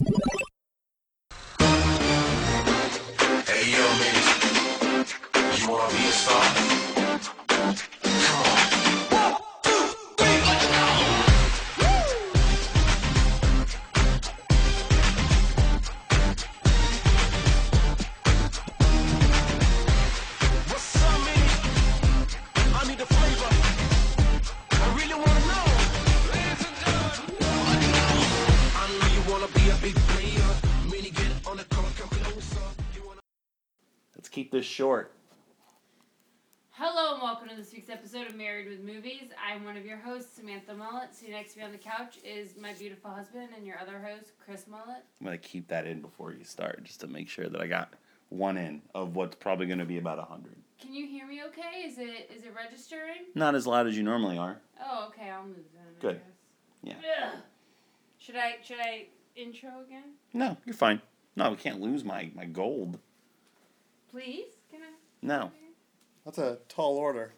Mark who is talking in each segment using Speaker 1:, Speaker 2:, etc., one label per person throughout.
Speaker 1: Hey yo, nigga, you wanna be a star? Come on. One, two, three, let's go. What's up, man? I need the flavor. I really wanna know. Ladies and gentlemen, let's go. I know you wanna be a big player. Many get on the court, come closer. You wanna
Speaker 2: Let's keep this short.
Speaker 3: Hello and welcome to this week's episode of Married with Movies. I'm one of your hosts, Samantha Mullet. Sitting next to me on the couch is my beautiful husband and your other host, Chris Mullet.
Speaker 2: I'm gonna keep that in before you start, just to make sure that I got one in of what's probably gonna be about a hundred.
Speaker 3: Can you hear me okay? Is it is it registering?
Speaker 2: Not as loud as you normally are.
Speaker 3: Oh, okay. I'll move then. I
Speaker 2: Good.
Speaker 3: guess.
Speaker 2: Yeah.
Speaker 3: Ugh. Should I should I intro again?
Speaker 2: No, you're fine. No, we can't lose my my gold.
Speaker 3: Please? Can I?
Speaker 2: No.
Speaker 4: That's a tall order.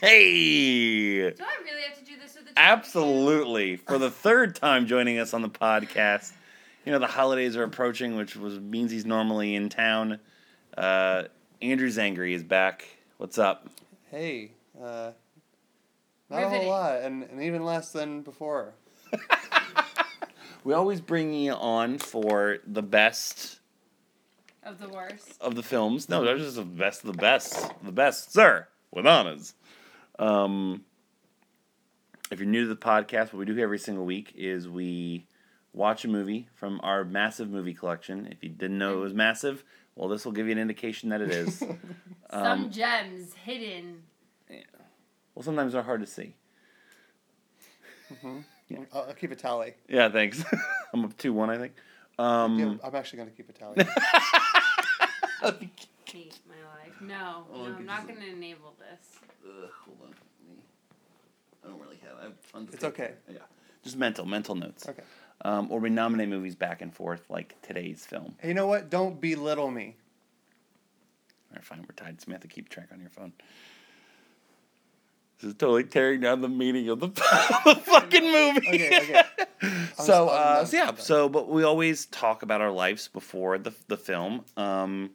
Speaker 2: Hey.
Speaker 3: Do I really have to do this with the
Speaker 2: Absolutely. For the third time joining us on the podcast. You know, the holidays are approaching, which was, means he's normally in town. Uh, Andrew Zangri is back. What's up?
Speaker 4: Hey, uh, not a
Speaker 3: Riveting.
Speaker 4: whole lot, and, and even less than before.
Speaker 2: We always bring you on for the best
Speaker 3: Of the worst.
Speaker 2: of the films. No, they're just the best of the best. The best, sir, with honors. Um, if you're new to the podcast, what we do every single week is we watch a movie from our massive movie collection. If you didn't know it was massive, well, this will give you an indication that it is. Um,
Speaker 3: Some gems hidden.
Speaker 2: well, sometimes they're hard to see.
Speaker 4: I'll, I'll keep a tally.
Speaker 2: Yeah, thanks. I'm up 2 1, I think. Um,
Speaker 4: Yeah, I'm actually going to keep a tally.
Speaker 3: Hate my life. No,
Speaker 2: Oh,
Speaker 3: no
Speaker 2: I
Speaker 3: I'm
Speaker 2: could
Speaker 3: not
Speaker 2: just-
Speaker 3: going to enable this.
Speaker 2: hold on. I don't really have. I have tons
Speaker 4: It's okay.
Speaker 2: Yeah. Just mental, mental notes.
Speaker 4: Okay.
Speaker 2: um, or we nominate movies back and forth like today's film.
Speaker 4: Hey, you know what? Don't belittle me.
Speaker 2: All right, fine, we're tied. Samantha, keep track on your phone. This is totally tearing down the meaning of the, the fucking movie.
Speaker 4: Okay, okay.
Speaker 2: so,
Speaker 4: I'm
Speaker 2: uh,
Speaker 4: not-
Speaker 2: so yeah, so but we always talk about our lives before the the film. Um,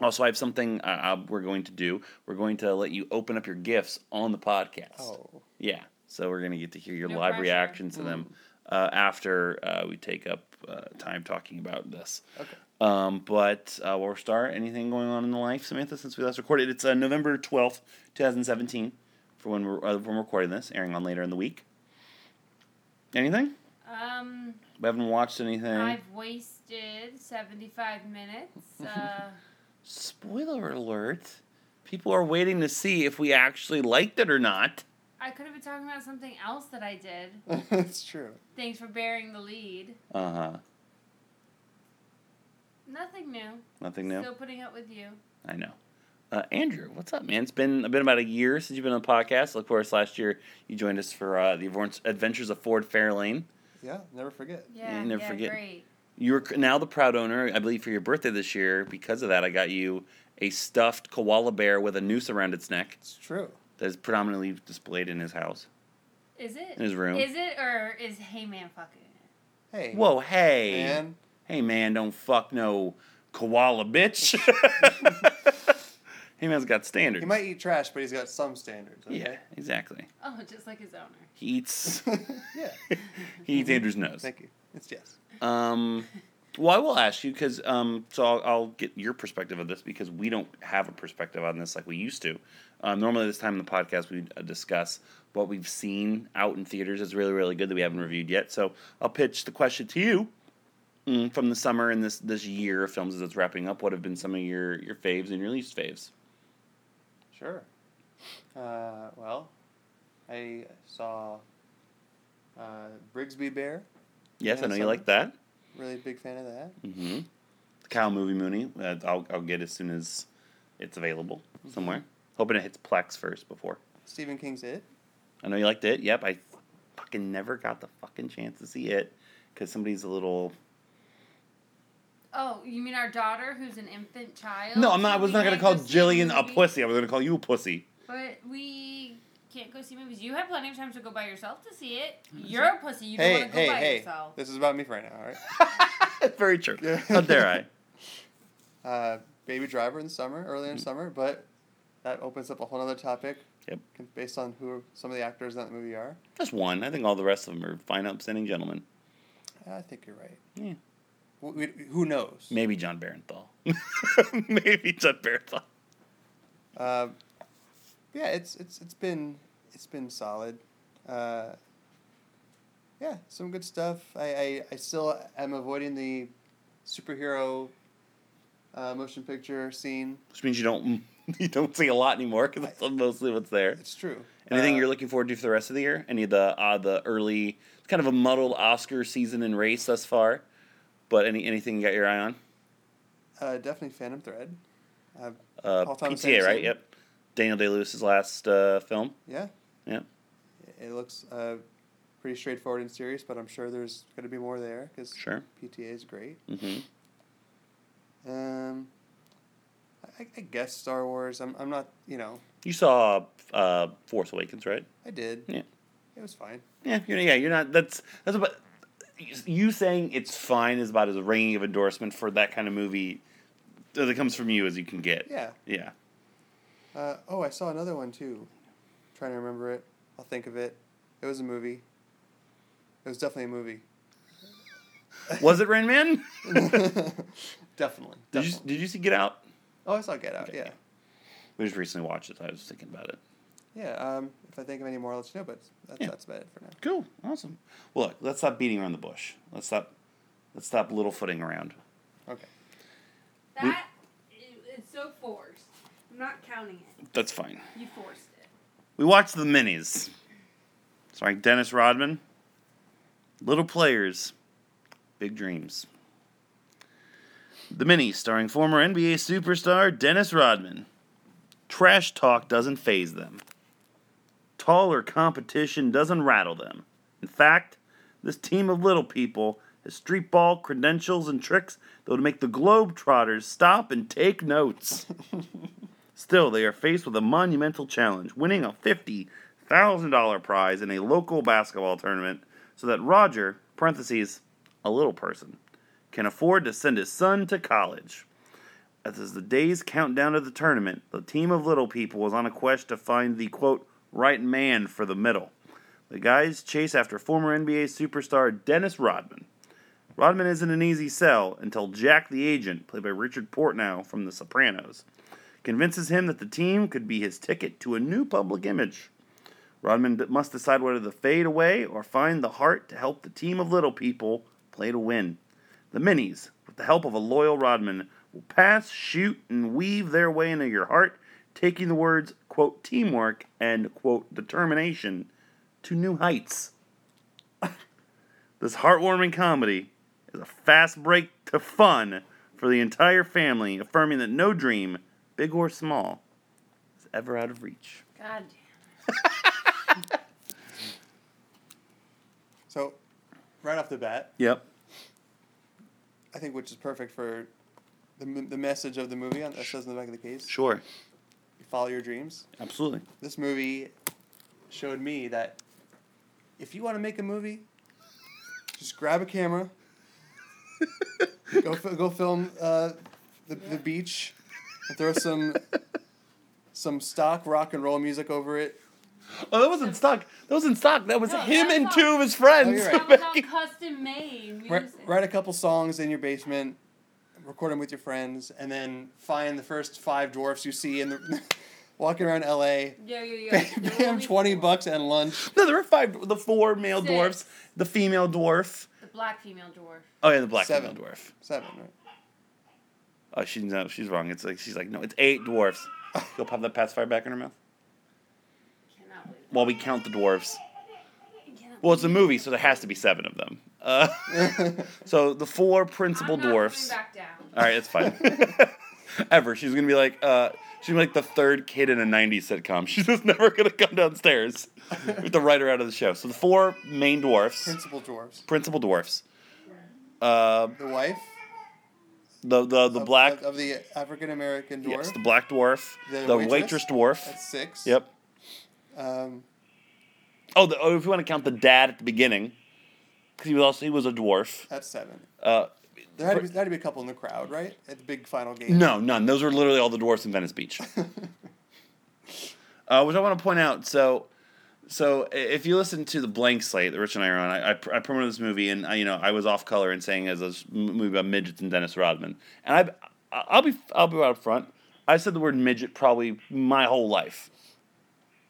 Speaker 2: also, I have something uh, uh, we're going to do. We're going to let you open up your gifts on the podcast.
Speaker 4: Oh,
Speaker 2: Yeah. So we're gonna get to hear your
Speaker 3: No
Speaker 2: live
Speaker 3: pressure.
Speaker 2: reactions to them uh, after uh, we take up uh, time talking about this.
Speaker 4: Okay.
Speaker 2: Um, but uh, we'll start. Anything going on in the life, Samantha, since we last recorded? It's uh, November twelfth, two thousand seventeen, for when we're uh, when we're recording this, airing on later in the week. Anything?
Speaker 3: Um.
Speaker 2: We haven't watched anything.
Speaker 3: I've wasted 75 minutes. Uh,
Speaker 2: Spoiler alert! People are waiting to see if we actually liked it or not.
Speaker 3: I could have been talking about something else that I did.
Speaker 4: that's Oh, true.
Speaker 3: Thanks for bearing the lead.
Speaker 2: Uh huh.
Speaker 3: Nothing new.
Speaker 2: Nothing new.
Speaker 3: Still putting up with you.
Speaker 2: I know. Uh, Andrew, what's up, man? It's been been about a year since you've been on the podcast. Of course, last year you joined us for uh, the Advent- Adventures of Ford Fairlane.
Speaker 4: Yeah, never forget.
Speaker 3: Yeah,
Speaker 2: never
Speaker 3: yeah,
Speaker 2: forget.
Speaker 3: great.
Speaker 2: You're c- now the proud owner, I believe, for your birthday this year. Because of that, I got you a stuffed koala bear with a noose around its neck
Speaker 4: It's true.
Speaker 2: that is predominantly displayed in his house.
Speaker 3: Is it?
Speaker 2: In his room.
Speaker 3: Is it or is Hey Man fucking it?
Speaker 4: Hey.
Speaker 2: Whoa, hey,
Speaker 4: Man.
Speaker 2: hey, man, don't fuck no koala, bitch. hey, man's got standards.
Speaker 4: He might eat trash, but he's got some standards. Okay?
Speaker 2: yeah, exactly.
Speaker 3: Oh, just like his owner.
Speaker 2: He eats.
Speaker 4: yeah.
Speaker 2: he eats Andrew's nose.
Speaker 4: Thank you. It's yes.
Speaker 2: Um, well, I will ask you because um, so I'll, I'll get your perspective of this because we don't have a perspective on this like we used to. Um, normally, this time in the podcast, we uh, discuss what we've seen out in theaters is really, really good that we haven't reviewed yet. So I'll pitch the question to you mm, from the summer and this this year of films as it's wrapping up. What have been some of your your faves and your least faves?
Speaker 4: Sure. Uh, well, I saw uh, Brigsby Bear.
Speaker 2: Yes, I
Speaker 4: Yeah,
Speaker 2: know you
Speaker 4: summer.
Speaker 2: like that.
Speaker 4: Really big fan of that.
Speaker 2: Mm-hmm. The Kyle movie Mooney. Uh, I'll I'll get as soon as it's available somewhere. Hoping it hits Plex first before.
Speaker 4: Stephen King's It.
Speaker 2: I know you liked it. Yep, I fucking never got the fucking chance to see it because somebody's a little
Speaker 3: Oh, you mean our daughter, who's an infant child?
Speaker 2: No, I'm not. I
Speaker 3: so
Speaker 2: was
Speaker 3: we
Speaker 2: not gonna
Speaker 3: can't
Speaker 2: call
Speaker 3: go see the
Speaker 2: Jillian a
Speaker 3: movie?
Speaker 2: pussy. I was gonna call you a pussy.
Speaker 3: But we can't go see movies. You had plenty of time to go by yourself to see it. You're a pussy. You don't
Speaker 4: hey,
Speaker 3: want to go
Speaker 4: hey,
Speaker 3: by
Speaker 4: hey.
Speaker 3: yourself.
Speaker 4: This is about me for right now, all right?
Speaker 2: Very true. How dare I?
Speaker 4: uh, Baby Driver in the summer, early in summer, but that opens up a whole other topic
Speaker 2: Mm. Yep.
Speaker 4: based on who some of the actors in that movie are.
Speaker 2: Just one. I think all the rest of them are fine, upstanding gentlemen.
Speaker 4: I think you're right.
Speaker 2: Yeah.
Speaker 4: Wh- We, who knows?
Speaker 2: Maybe John Barenthal. Maybe John Barenthal.
Speaker 4: Uh, yeah, it's it's it's been it's been solid. Uh, yeah, some good stuff. I, I, I still am avoiding the superhero uh, motion picture scene.
Speaker 2: Which means you don't you don't see a lot anymore because that's mostly what's there.
Speaker 4: It's true.
Speaker 2: Anything
Speaker 4: Uh,
Speaker 2: you're looking forward to for the rest of the year? Any of the uh, the early it's kind of a muddled Oscar season and race thus far, but any anything you got your eye on?
Speaker 4: uh, definitely Phantom Thread. Uh,
Speaker 2: Uh,
Speaker 4: Paul Thomas
Speaker 2: PTA, right?
Speaker 4: Anderson.
Speaker 2: Yep. Daniel Day Lewis's last uh, film.
Speaker 4: yeah,
Speaker 2: Yeah.
Speaker 4: it looks uh, pretty straightforward and serious, but I'm sure there's going to be more there because
Speaker 2: Sure.
Speaker 4: PTA is great.
Speaker 2: hmm
Speaker 4: Um, I, I guess Star Wars. I'm I'm not you know
Speaker 2: You saw uh, Force Awakens, right?
Speaker 4: I did.
Speaker 2: Yeah.
Speaker 4: It was fine.
Speaker 2: Yeah, you're, yeah, you're not. That's that's about you saying it's fine is about as ringing of endorsement for that kind of movie that comes from you as you can get.
Speaker 4: Yeah.
Speaker 2: yeah.
Speaker 4: Uh, oh, I saw another one too. trying to remember it. I'll think of it. It was a movie. It was definitely a movie.
Speaker 2: Was it Rain Man?
Speaker 4: definitely. definitely.
Speaker 2: did you did you see Get Out?
Speaker 4: oh, I saw Get Out.
Speaker 2: Okay.
Speaker 4: Yeah.
Speaker 2: We just recently watched it. So I was thinking about it.
Speaker 4: Yeah. Um, if I think of any more, I'll let you know. But that's,
Speaker 2: Yeah.
Speaker 4: that's about it for now.
Speaker 2: Cool, awesome. Well, look, let's stop beating around the bush. Let's stop. Let's stop little footing around.
Speaker 4: Okay.
Speaker 3: That i- it's so forced. I'm not counting it.
Speaker 2: That's fine.
Speaker 3: You forced it.
Speaker 2: We watched the minis. Sorry, Dennis Rodman. Little players, big dreams. The mini, starring former NBA superstar Dennis Rodman. Trash talk doesn't phase them. Taller competition doesn't rattle them. In fact, this team of little people has street ball credentials and tricks that would make the Globetrotters stop and take notes. Still, they are faced with a monumental challenge winning a $50,000 prize in a local basketball tournament so that Roger, parentheses, a little person, can afford to send his son to college. As the days count down to the tournament, the team of little people is on a quest to find the quote, right man for the middle. The guys chase after former NBA superstar Dennis Rodman. Rodman isn't an easy sell until Jack the Agent, played by Richard Portnow from The Sopranos, convinces him that the team could be his ticket to a new public image. Rodman d- must decide whether to fade away or find the heart to help the team of little people play to win. The minis, with the help of a loyal Rodman, will pass, shoot, and weave their way into your heart, taking the words, quote, teamwork and, quote, determination to new heights. this heartwarming comedy is a fast break to fun for the entire family, affirming that no dream, big or small, is ever out of reach.
Speaker 3: God
Speaker 4: So, right off the bat,
Speaker 2: Yep.
Speaker 4: I think which is perfect for the, m- the message of the movie on, that says in the back of the case
Speaker 2: Sure.
Speaker 4: follow your dreams.
Speaker 2: Absolutely.
Speaker 4: This movie showed me that if you want to make a movie, just grab a camera, go fi- go film uh, the, the beach, and throw some some stock rock and roll music over it.
Speaker 2: Oh, that wasn't stock. That wasn't stock. That was
Speaker 3: No,
Speaker 2: him
Speaker 3: that's
Speaker 2: and
Speaker 3: not-
Speaker 2: two of his friends.
Speaker 4: Oh,
Speaker 3: damn. That
Speaker 4: you're
Speaker 3: was all custom made.
Speaker 4: Write,
Speaker 3: music.
Speaker 4: write a couple songs in your basement, record them with your friends, and then find the first five dwarfs you see in the walking around L.A.
Speaker 3: Yo, yo, yo.
Speaker 4: Pay
Speaker 3: You're
Speaker 4: them
Speaker 3: only
Speaker 4: twenty
Speaker 3: four.
Speaker 4: bucks and lunch.
Speaker 2: No, there were five. The four male
Speaker 3: Six.
Speaker 2: dwarfs, the female dwarf.
Speaker 3: The black female dwarf.
Speaker 2: Oh yeah, the black
Speaker 4: Seven.
Speaker 2: female dwarf.
Speaker 4: Seven, right?
Speaker 2: Oh, she's no, she's wrong. It's like she's like no, it's eight dwarfs. You'll pop that pacifier back in her mouth
Speaker 3: Cannot believe.
Speaker 2: while we count the dwarfs.
Speaker 3: it. Cannot
Speaker 2: Well, it's a movie, so there has to be seven of them. Uh, so the four principal
Speaker 3: I'm
Speaker 2: dwarfs.
Speaker 3: Not coming back down.
Speaker 2: All right, it's fine. Ever, she's gonna be like, uh, she's gonna be like the third kid in a '90s sitcom. She's just never gonna come downstairs. We have to write her out of the show. So the four main dwarfs,
Speaker 4: Principal dwarfs.
Speaker 2: principal dwarfs. Uh,
Speaker 4: The wife,
Speaker 2: the the the
Speaker 4: of-
Speaker 2: black
Speaker 4: of, of the African American dwarf.
Speaker 2: yes the black dwarf the, waitress, dwarf
Speaker 4: That's six.
Speaker 2: yep
Speaker 4: Um,
Speaker 2: oh, the, oh if you want to count the dad at the beginning because he was also he was a dwarf
Speaker 4: that's seven.
Speaker 2: uh,
Speaker 4: There had, to be, there had to be a couple in the crowd, right? At the big final game.
Speaker 2: no none those were literally all the dwarfs in Venice Beach uh, which I want to point out so. So i- if you listen to the blank slate that Rich and I are on, I, I, pr- I promoted this movie and I, you know I was off color and saying as a s- m- movie about midgets and Dennis Rodman, and I I- I'll be I'll be right up front. I said the word midget probably my whole life,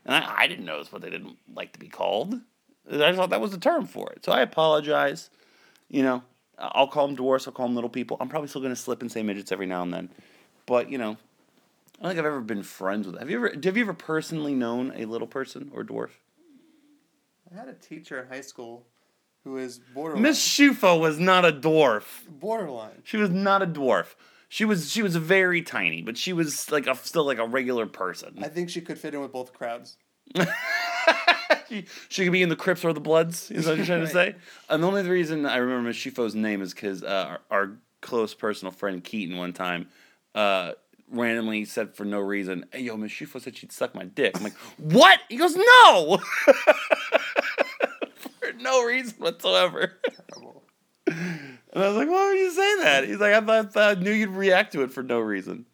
Speaker 2: and I, I didn't know it's what they didn't like to be called. I just thought that was the term for it. So I apologize. You know, I- I'll call them dwarfs. I'll call them little people. I'm probably still going to slip and say midgets every now and then, but you know, I don't think I've ever been friends with. Have you ever? Have you ever personally known a little person or dwarf?
Speaker 4: I had a teacher in high school who was borderline.
Speaker 2: Miss Shufo was not a dwarf.
Speaker 4: borderline.
Speaker 2: She was not a dwarf. She was she was very tiny, but she was like a still like a regular person.
Speaker 4: I think she could fit in with both crowds.
Speaker 2: she, she could be in the Crips or the Bloods. Is what you're trying to say?
Speaker 4: Right.
Speaker 2: And the only reason I remember Miss Shifo's name is because uh, our, our close personal friend Keaton one time uh, randomly said for no reason, "Hey, yo, Miss Shifo said she'd suck my dick." I'm like, "What?" He goes, "No." for no reason whatsoever.
Speaker 4: Terrible.
Speaker 2: And I was like, "Why would you say that?" He's like, "I thought I knew you'd react to it for no reason."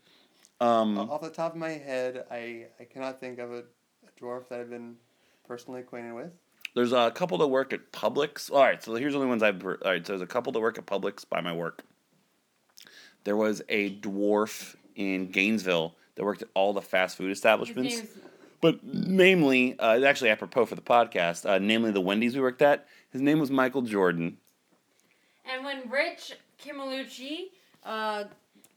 Speaker 2: Um,
Speaker 4: Off the top of my head, I, I cannot think of a, a dwarf that I've been personally acquainted with.
Speaker 2: There's a couple that work at Publix. All right, so here's the only ones I've. All right, so there's a couple that work at Publix by my work. There was a dwarf in Gainesville that worked at all the fast food
Speaker 3: His
Speaker 2: establishments,
Speaker 3: name's
Speaker 2: but namely, uh, actually apropos for the podcast, uh, namely the Wendy's we worked at. His name was Michael Jordan.
Speaker 3: and when Rich Kimalucci, uh,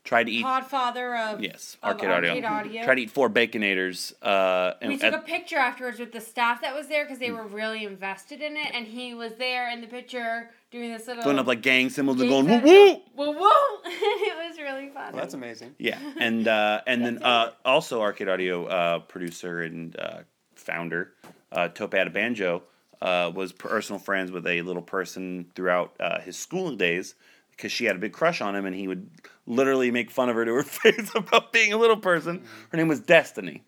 Speaker 2: Tried to eat.
Speaker 3: podfather of
Speaker 2: Yes,
Speaker 3: of
Speaker 2: arcade, audio.
Speaker 3: Arcade Audio.
Speaker 2: Tried to eat four baconators. Uh, and
Speaker 3: we
Speaker 2: at-
Speaker 3: took
Speaker 2: Hmm.
Speaker 3: a picture afterwards with the staff that was there because they were really invested in it, and he was there in the picture doing this little
Speaker 2: going up like gang symbols and
Speaker 3: Jason-
Speaker 2: going woo woo.
Speaker 3: woo woo, and it was really fun.
Speaker 4: Well, that's amazing.
Speaker 2: Yeah, and uh, and then uh, also Arcade Audio uh, producer and uh, founder uh, Tope Banjo uh, was personal friends with a little person throughout uh, his schooling days because she had a big crush on him, and he would literally make fun of her to her face about being a little person. Her name was Destiny,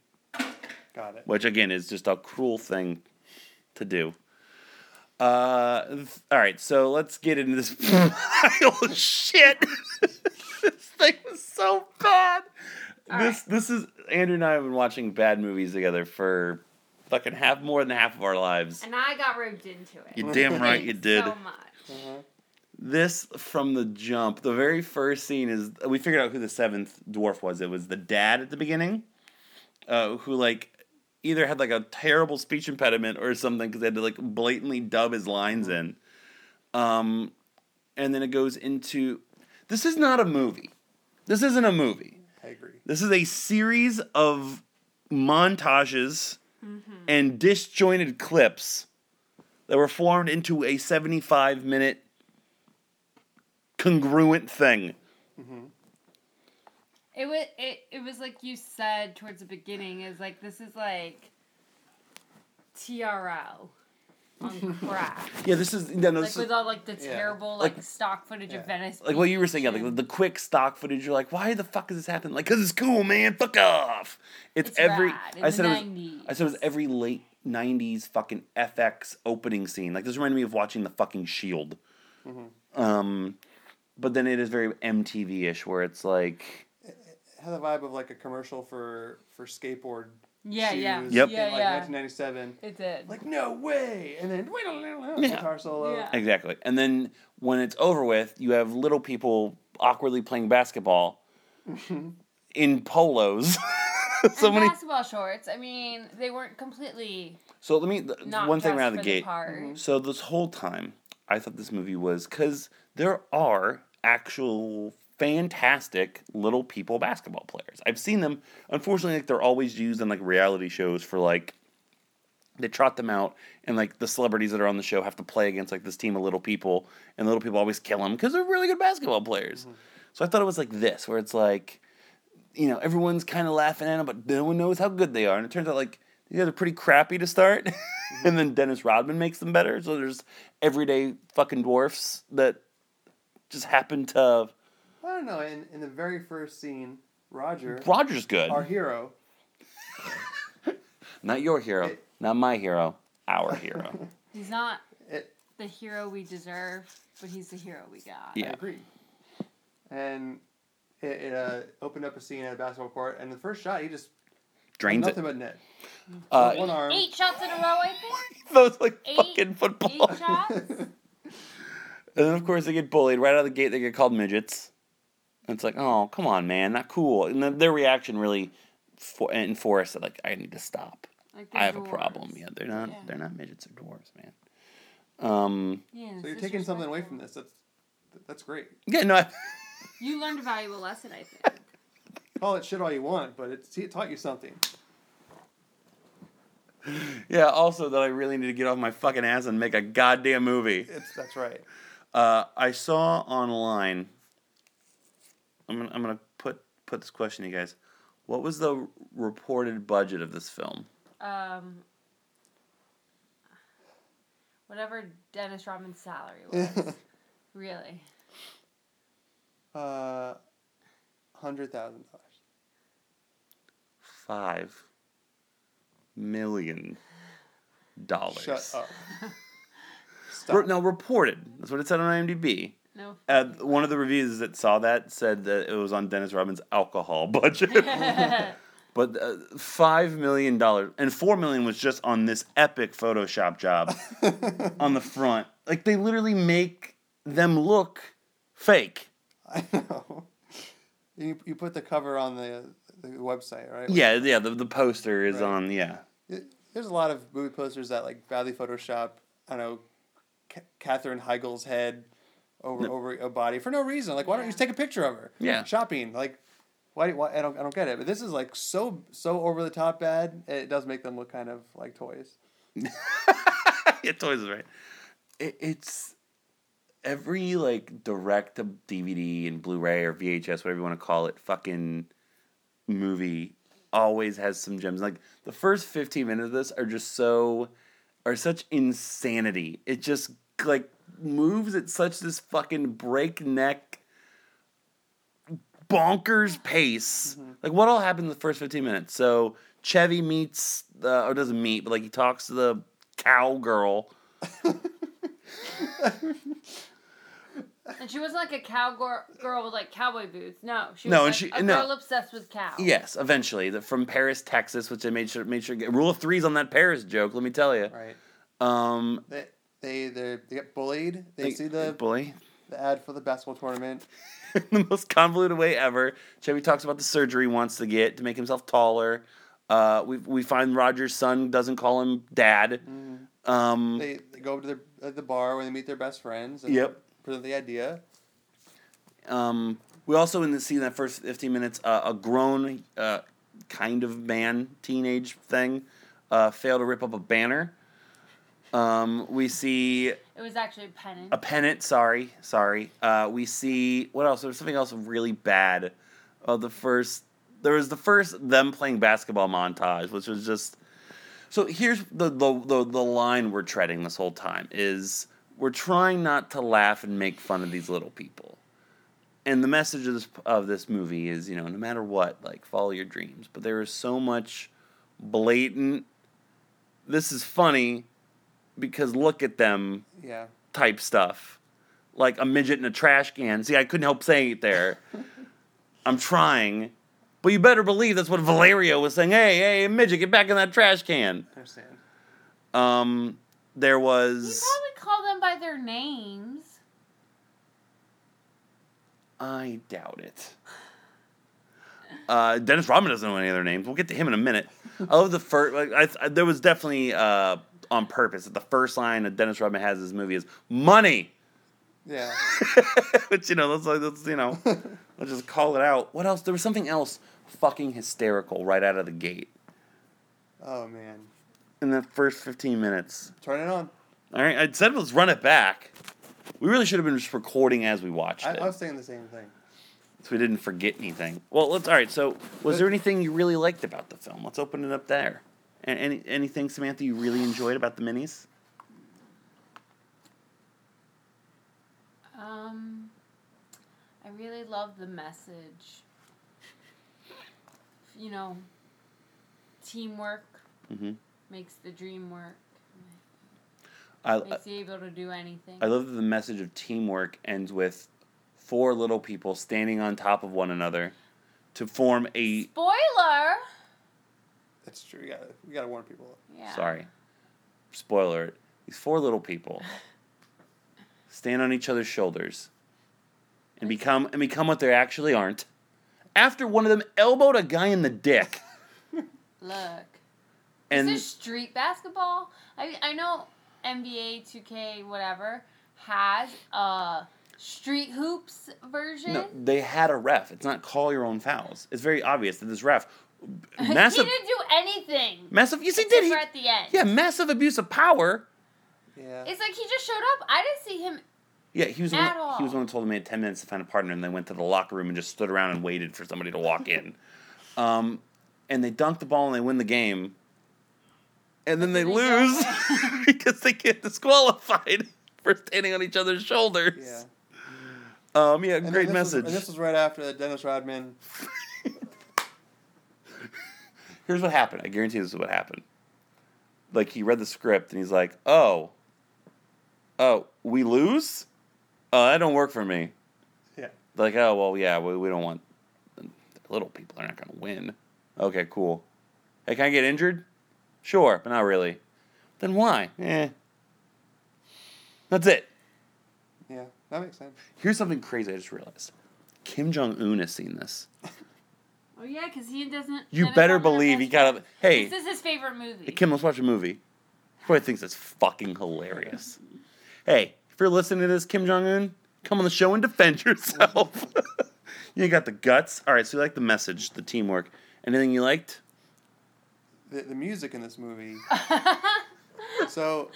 Speaker 4: Got it.
Speaker 2: which again is just a cruel thing to do. Uh, th- all right, so let's get into this pile of shit. this thing was so bad.
Speaker 3: All
Speaker 2: this this is Andrew and I have been watching bad movies together for fucking half more than half of our lives.
Speaker 3: And I got roped into it.
Speaker 2: You're damn right you
Speaker 3: Thanks
Speaker 2: did.
Speaker 3: So much.
Speaker 2: This from the jump. The very first scene is we figured out who the seventh dwarf was. It was the dad at the beginning, uh, who like either had like a terrible speech impediment or something because they had to like blatantly dub his lines in. Um, and then it goes into this is not a movie. This isn't a movie.
Speaker 4: I agree.
Speaker 2: This is a series of montages
Speaker 3: Mm-hmm.
Speaker 2: and disjointed clips that were formed into a 75 minute congruent thing.
Speaker 3: It was it, it was like you said towards the beginning is like this is like TRL on crack.
Speaker 2: Yeah, this is yeah, no,
Speaker 3: like
Speaker 2: this is,
Speaker 3: with all like the
Speaker 4: Yeah.
Speaker 3: terrible
Speaker 2: Like-
Speaker 3: like, stock footage
Speaker 4: yeah.
Speaker 3: of Venice.
Speaker 2: like what you were saying, yeah, like the quick stock footage. You're like, why the fuck is this happening? Like, cause it's cool, man. Fuck off. It's,
Speaker 3: It's
Speaker 2: every.
Speaker 3: rad.
Speaker 2: I
Speaker 3: It's
Speaker 2: said it was.
Speaker 3: 90s.
Speaker 2: I said it was every late '90s fucking FX opening scene. Like this reminded me of watching the fucking Shield. Um, but then it is very MTV-ish, where it's like.
Speaker 4: It had the vibe of like a commercial for for skateboard
Speaker 3: Yeah,
Speaker 4: shoes
Speaker 3: yeah.
Speaker 2: Yep.
Speaker 4: in
Speaker 3: Yeah,
Speaker 4: like
Speaker 3: yeah.
Speaker 4: 1997.
Speaker 3: It did.
Speaker 4: Like no way, and then guitar solo.
Speaker 3: Yeah.
Speaker 2: Exactly. And then when it's over with, you have little people awkwardly playing basketball in polos. so
Speaker 3: and
Speaker 2: many.
Speaker 3: basketball shorts. I mean, they weren't completely
Speaker 2: So let me. th-
Speaker 3: not
Speaker 2: one thing
Speaker 3: just
Speaker 2: right out of the
Speaker 3: for
Speaker 2: gate. Mm-hmm.
Speaker 3: part.
Speaker 2: So this whole time, I thought this movie was because there are actual fantastic little people basketball players. I've seen them. Unfortunately, like they're always used in like reality shows for like they trot them out, and like the celebrities that are on the show have to play against like this team of little people, and the little people always kill them because they're really good basketball players. So I thought it was like this, where it's like you know, everyone's kind of laughing at them, but no one knows how good they are. And it turns out, like, these guys are pretty crappy to start.
Speaker 4: Mm-hmm.
Speaker 2: and then Dennis Rodman makes them better. So there's everyday fucking dwarfs that just happen to
Speaker 4: I don't know. In in the very first scene, Roger,
Speaker 2: Roger's good.
Speaker 4: our hero,
Speaker 2: Not your hero.
Speaker 4: It-
Speaker 2: Not my hero. Our hero.
Speaker 3: He's not
Speaker 4: it,
Speaker 3: the hero we deserve, but he's the hero we got.
Speaker 4: I
Speaker 2: Yeah.
Speaker 4: agree. And it, it uh, opened up a scene at a basketball court, and the first shot he just
Speaker 2: Drains it.
Speaker 4: nothing but net.
Speaker 2: Uh,
Speaker 4: One arm.
Speaker 3: Eight shots in a row, I think.
Speaker 2: those like
Speaker 3: Eight-
Speaker 2: fucking football.
Speaker 3: Eight shots.
Speaker 2: And then of course they get bullied right out of the gate. They get called midgets. And it's like, oh come on, man, not cool. And then their reaction really for- enforced that like I need to stop.
Speaker 3: Like
Speaker 2: I have
Speaker 3: the
Speaker 2: a problem.
Speaker 3: dwarves.
Speaker 2: Yeah, they're not.
Speaker 3: Yeah.
Speaker 2: They're not midgets. They're dwarves, man. Um.
Speaker 3: Yeah,
Speaker 4: So you're taking something away from this. That's that's great.
Speaker 2: Yeah. No. I,
Speaker 3: You learned a valuable lesson, I think.
Speaker 4: Call it shit all you want, but it, it taught you something.
Speaker 2: yeah. Also, that I really need to get off my fucking ass and make a goddamn movie.
Speaker 4: It's that's right.
Speaker 2: Uh, I saw online. I'm gonna, I'm gonna put put this question to you guys. What was the reported budget of this film?
Speaker 3: Um, whatever Dennis Rodman's salary was, really.
Speaker 4: Uh, hundred thousand dollars.
Speaker 2: Five million dollars.
Speaker 4: Shut up. Stop.
Speaker 2: Re- no, reported. That's what it said on IMDb.
Speaker 3: No.
Speaker 2: Uh, one of the reviews that saw that said that it was on Dennis Rodman's alcohol budget. But uh, five million dollars and four million was just on this epic Photoshop job on the front. Like they literally make them look fake.
Speaker 4: I know. You, you put the cover on the, the website, right?
Speaker 2: Yeah, yeah. The, the poster is
Speaker 4: Right.
Speaker 2: on. Yeah,
Speaker 4: It- there's a lot of movie posters that like badly Photoshop. I know, Ca Catherine Heigl's head over over a body for no reason. Like, why don't you just take a picture of her?
Speaker 2: Yeah.
Speaker 4: Shopping. Like, why? do- why I don't. I don't get it. But this is like so so over the top bad. It does make them look kind of like toys.
Speaker 2: it's always right. It, it's every like direct to DVD and Blu-ray or VHS, whatever you want to call it, fucking movie always has some gems. Like the first fifteen minutes of this are just so are such insanity. It just like moves at such this fucking breakneck bonkers pace. Like what all happened in the first 15 minutes? So Chevy meets uh, or doesn't meet, but like he talks to the cowgirl.
Speaker 3: And she wasn't like a cowgirl girl with like cowboy boots. No, she was
Speaker 2: No,
Speaker 3: like
Speaker 2: and she-
Speaker 3: a
Speaker 2: no.
Speaker 3: girl obsessed with cows.
Speaker 4: Oh.
Speaker 2: Yes, eventually the, from Paris, Texas, which I made sure made sure rule of threes on that Paris joke. Let me tell you.
Speaker 4: Right.
Speaker 2: Um,
Speaker 4: They they they they get bullied. They,
Speaker 2: like,
Speaker 4: see the,
Speaker 2: bully
Speaker 4: the ad for the basketball tournament.
Speaker 2: the most convoluted way ever. Chevy talks about the surgery he wants to get to make himself taller. Uh, we we find Roger's son doesn't call him dad.
Speaker 4: Mm-hmm.
Speaker 2: Um,
Speaker 4: They, they go to the at the bar where they meet their best friends. And
Speaker 2: Yep.
Speaker 4: Present the idea.
Speaker 2: Um, we also in the scene that first fifteen minutes, uh, a grown uh, kind of man, teenage thing, uh, fail to rip up a banner. Um, we see
Speaker 3: It was actually a pennant.
Speaker 2: a pennant. Sorry, sorry. Uh, we see what else? There's something else really bad. Of the first, there was the first them playing basketball montage, which was just. So here's the the the, the line we're treading this whole time is we're trying not to laugh and make fun of these little people. And the message of this of this movie is, you know, no matter what, like follow your dreams. But there is so much blatant this is funny because look at them
Speaker 4: Yeah.
Speaker 2: type stuff, like a midget in a trash can. See, I couldn't help saying it there. I'm trying, but you better believe that's what Valerio was saying. Hey, hey, midget, get back in that trash can.
Speaker 4: I understand.
Speaker 2: Um, there
Speaker 3: You
Speaker 2: was
Speaker 3: probably call them by their names.
Speaker 2: I doubt it. Uh, Dennis Rodman doesn't know any other names. We'll get to him in a minute. I love the first. Like, I, I, there was definitely uh, on purpose. that The first line that Dennis Rodman has in this movie is "money."
Speaker 4: Yeah.
Speaker 2: Which you know, let's like let's you know, let's just call it out. What else? There was something else fucking hysterical right out of the gate
Speaker 4: Oh man.
Speaker 2: in the first fifteen minutes.
Speaker 4: Turn it on.
Speaker 2: All right, I said let's run it back. We really should have been just recording as we watched
Speaker 4: I,
Speaker 2: it,
Speaker 4: I was saying the same thing.
Speaker 2: so we didn't forget anything. Well, let's. All right, so was there anything you really liked about the film? Let's open it up there. And any anything Samantha you really enjoyed about the minis?
Speaker 3: Um, I really love the message. You know, teamwork
Speaker 2: Mm-hmm.
Speaker 3: makes the dream work.
Speaker 2: I,
Speaker 3: Makes you able to do anything.
Speaker 2: Uh, I love that the message of teamwork ends with four little people standing on top of one another to form a.
Speaker 3: Spoiler.
Speaker 4: That's true. We gotta, we gotta warn people.
Speaker 3: Yeah.
Speaker 2: Sorry. Spoiler. These four little people stand on each other's shoulders and become and become what they actually aren't. After one of them elbowed a guy in the dick.
Speaker 3: Look.
Speaker 2: And
Speaker 3: is this street basketball? I I know NBA 2K whatever has a street hoops version.
Speaker 2: no, they had a ref. It's not call your own fouls. It's very obvious that this ref
Speaker 3: he
Speaker 2: massive
Speaker 3: didn't do anything.
Speaker 2: massive yes he
Speaker 3: except
Speaker 2: did he,
Speaker 3: for at the end.
Speaker 2: Yeah, massive abuse of power.
Speaker 4: Yeah.
Speaker 3: It's like he just showed up. I didn't see him.
Speaker 2: Yeah, he was the
Speaker 3: At
Speaker 2: one, he was the
Speaker 3: all.
Speaker 2: one who told them they had ten minutes to find a partner, and they went to the locker room and just stood around and waited for somebody to walk in. Um, and they dunk the ball and they win the game, and then they
Speaker 3: then they
Speaker 2: lose because they get disqualified for standing on each other's shoulders.
Speaker 4: yeah.
Speaker 2: Um, yeah,
Speaker 4: And
Speaker 2: great
Speaker 4: this
Speaker 2: message.
Speaker 4: Was, and this was right after the Dennis Rodman.
Speaker 2: Here's what happened. I guarantee this is what happened. Like he read the script and he's like, "Oh, oh, we lose? Oh, that don't work for me."
Speaker 4: Yeah.
Speaker 2: like, oh well, yeah, we, we don't want the little people. They're not going to win. Okay, cool. Hey, can I get injured? Sure, but not really. Then why? Eh. That's it.
Speaker 4: Yeah. That makes sense.
Speaker 2: Here's something crazy I just realized. Kim Jong Un has seen this.
Speaker 3: Oh yeah, because he doesn't.
Speaker 2: You
Speaker 3: NFL
Speaker 2: better
Speaker 3: doesn't have
Speaker 2: believe he
Speaker 3: that
Speaker 2: got
Speaker 3: shit.
Speaker 2: up. Hey,
Speaker 3: This is his favorite movie.
Speaker 2: hey, Kim, let's watch a movie. He probably thinks it's fucking hilarious. Hey, if you're listening to this, Kim Jong Un, come on the show and defend yourself. you got the guts. All right, so you like the message, the teamwork. Anything you liked?
Speaker 4: The, the music in this movie. so,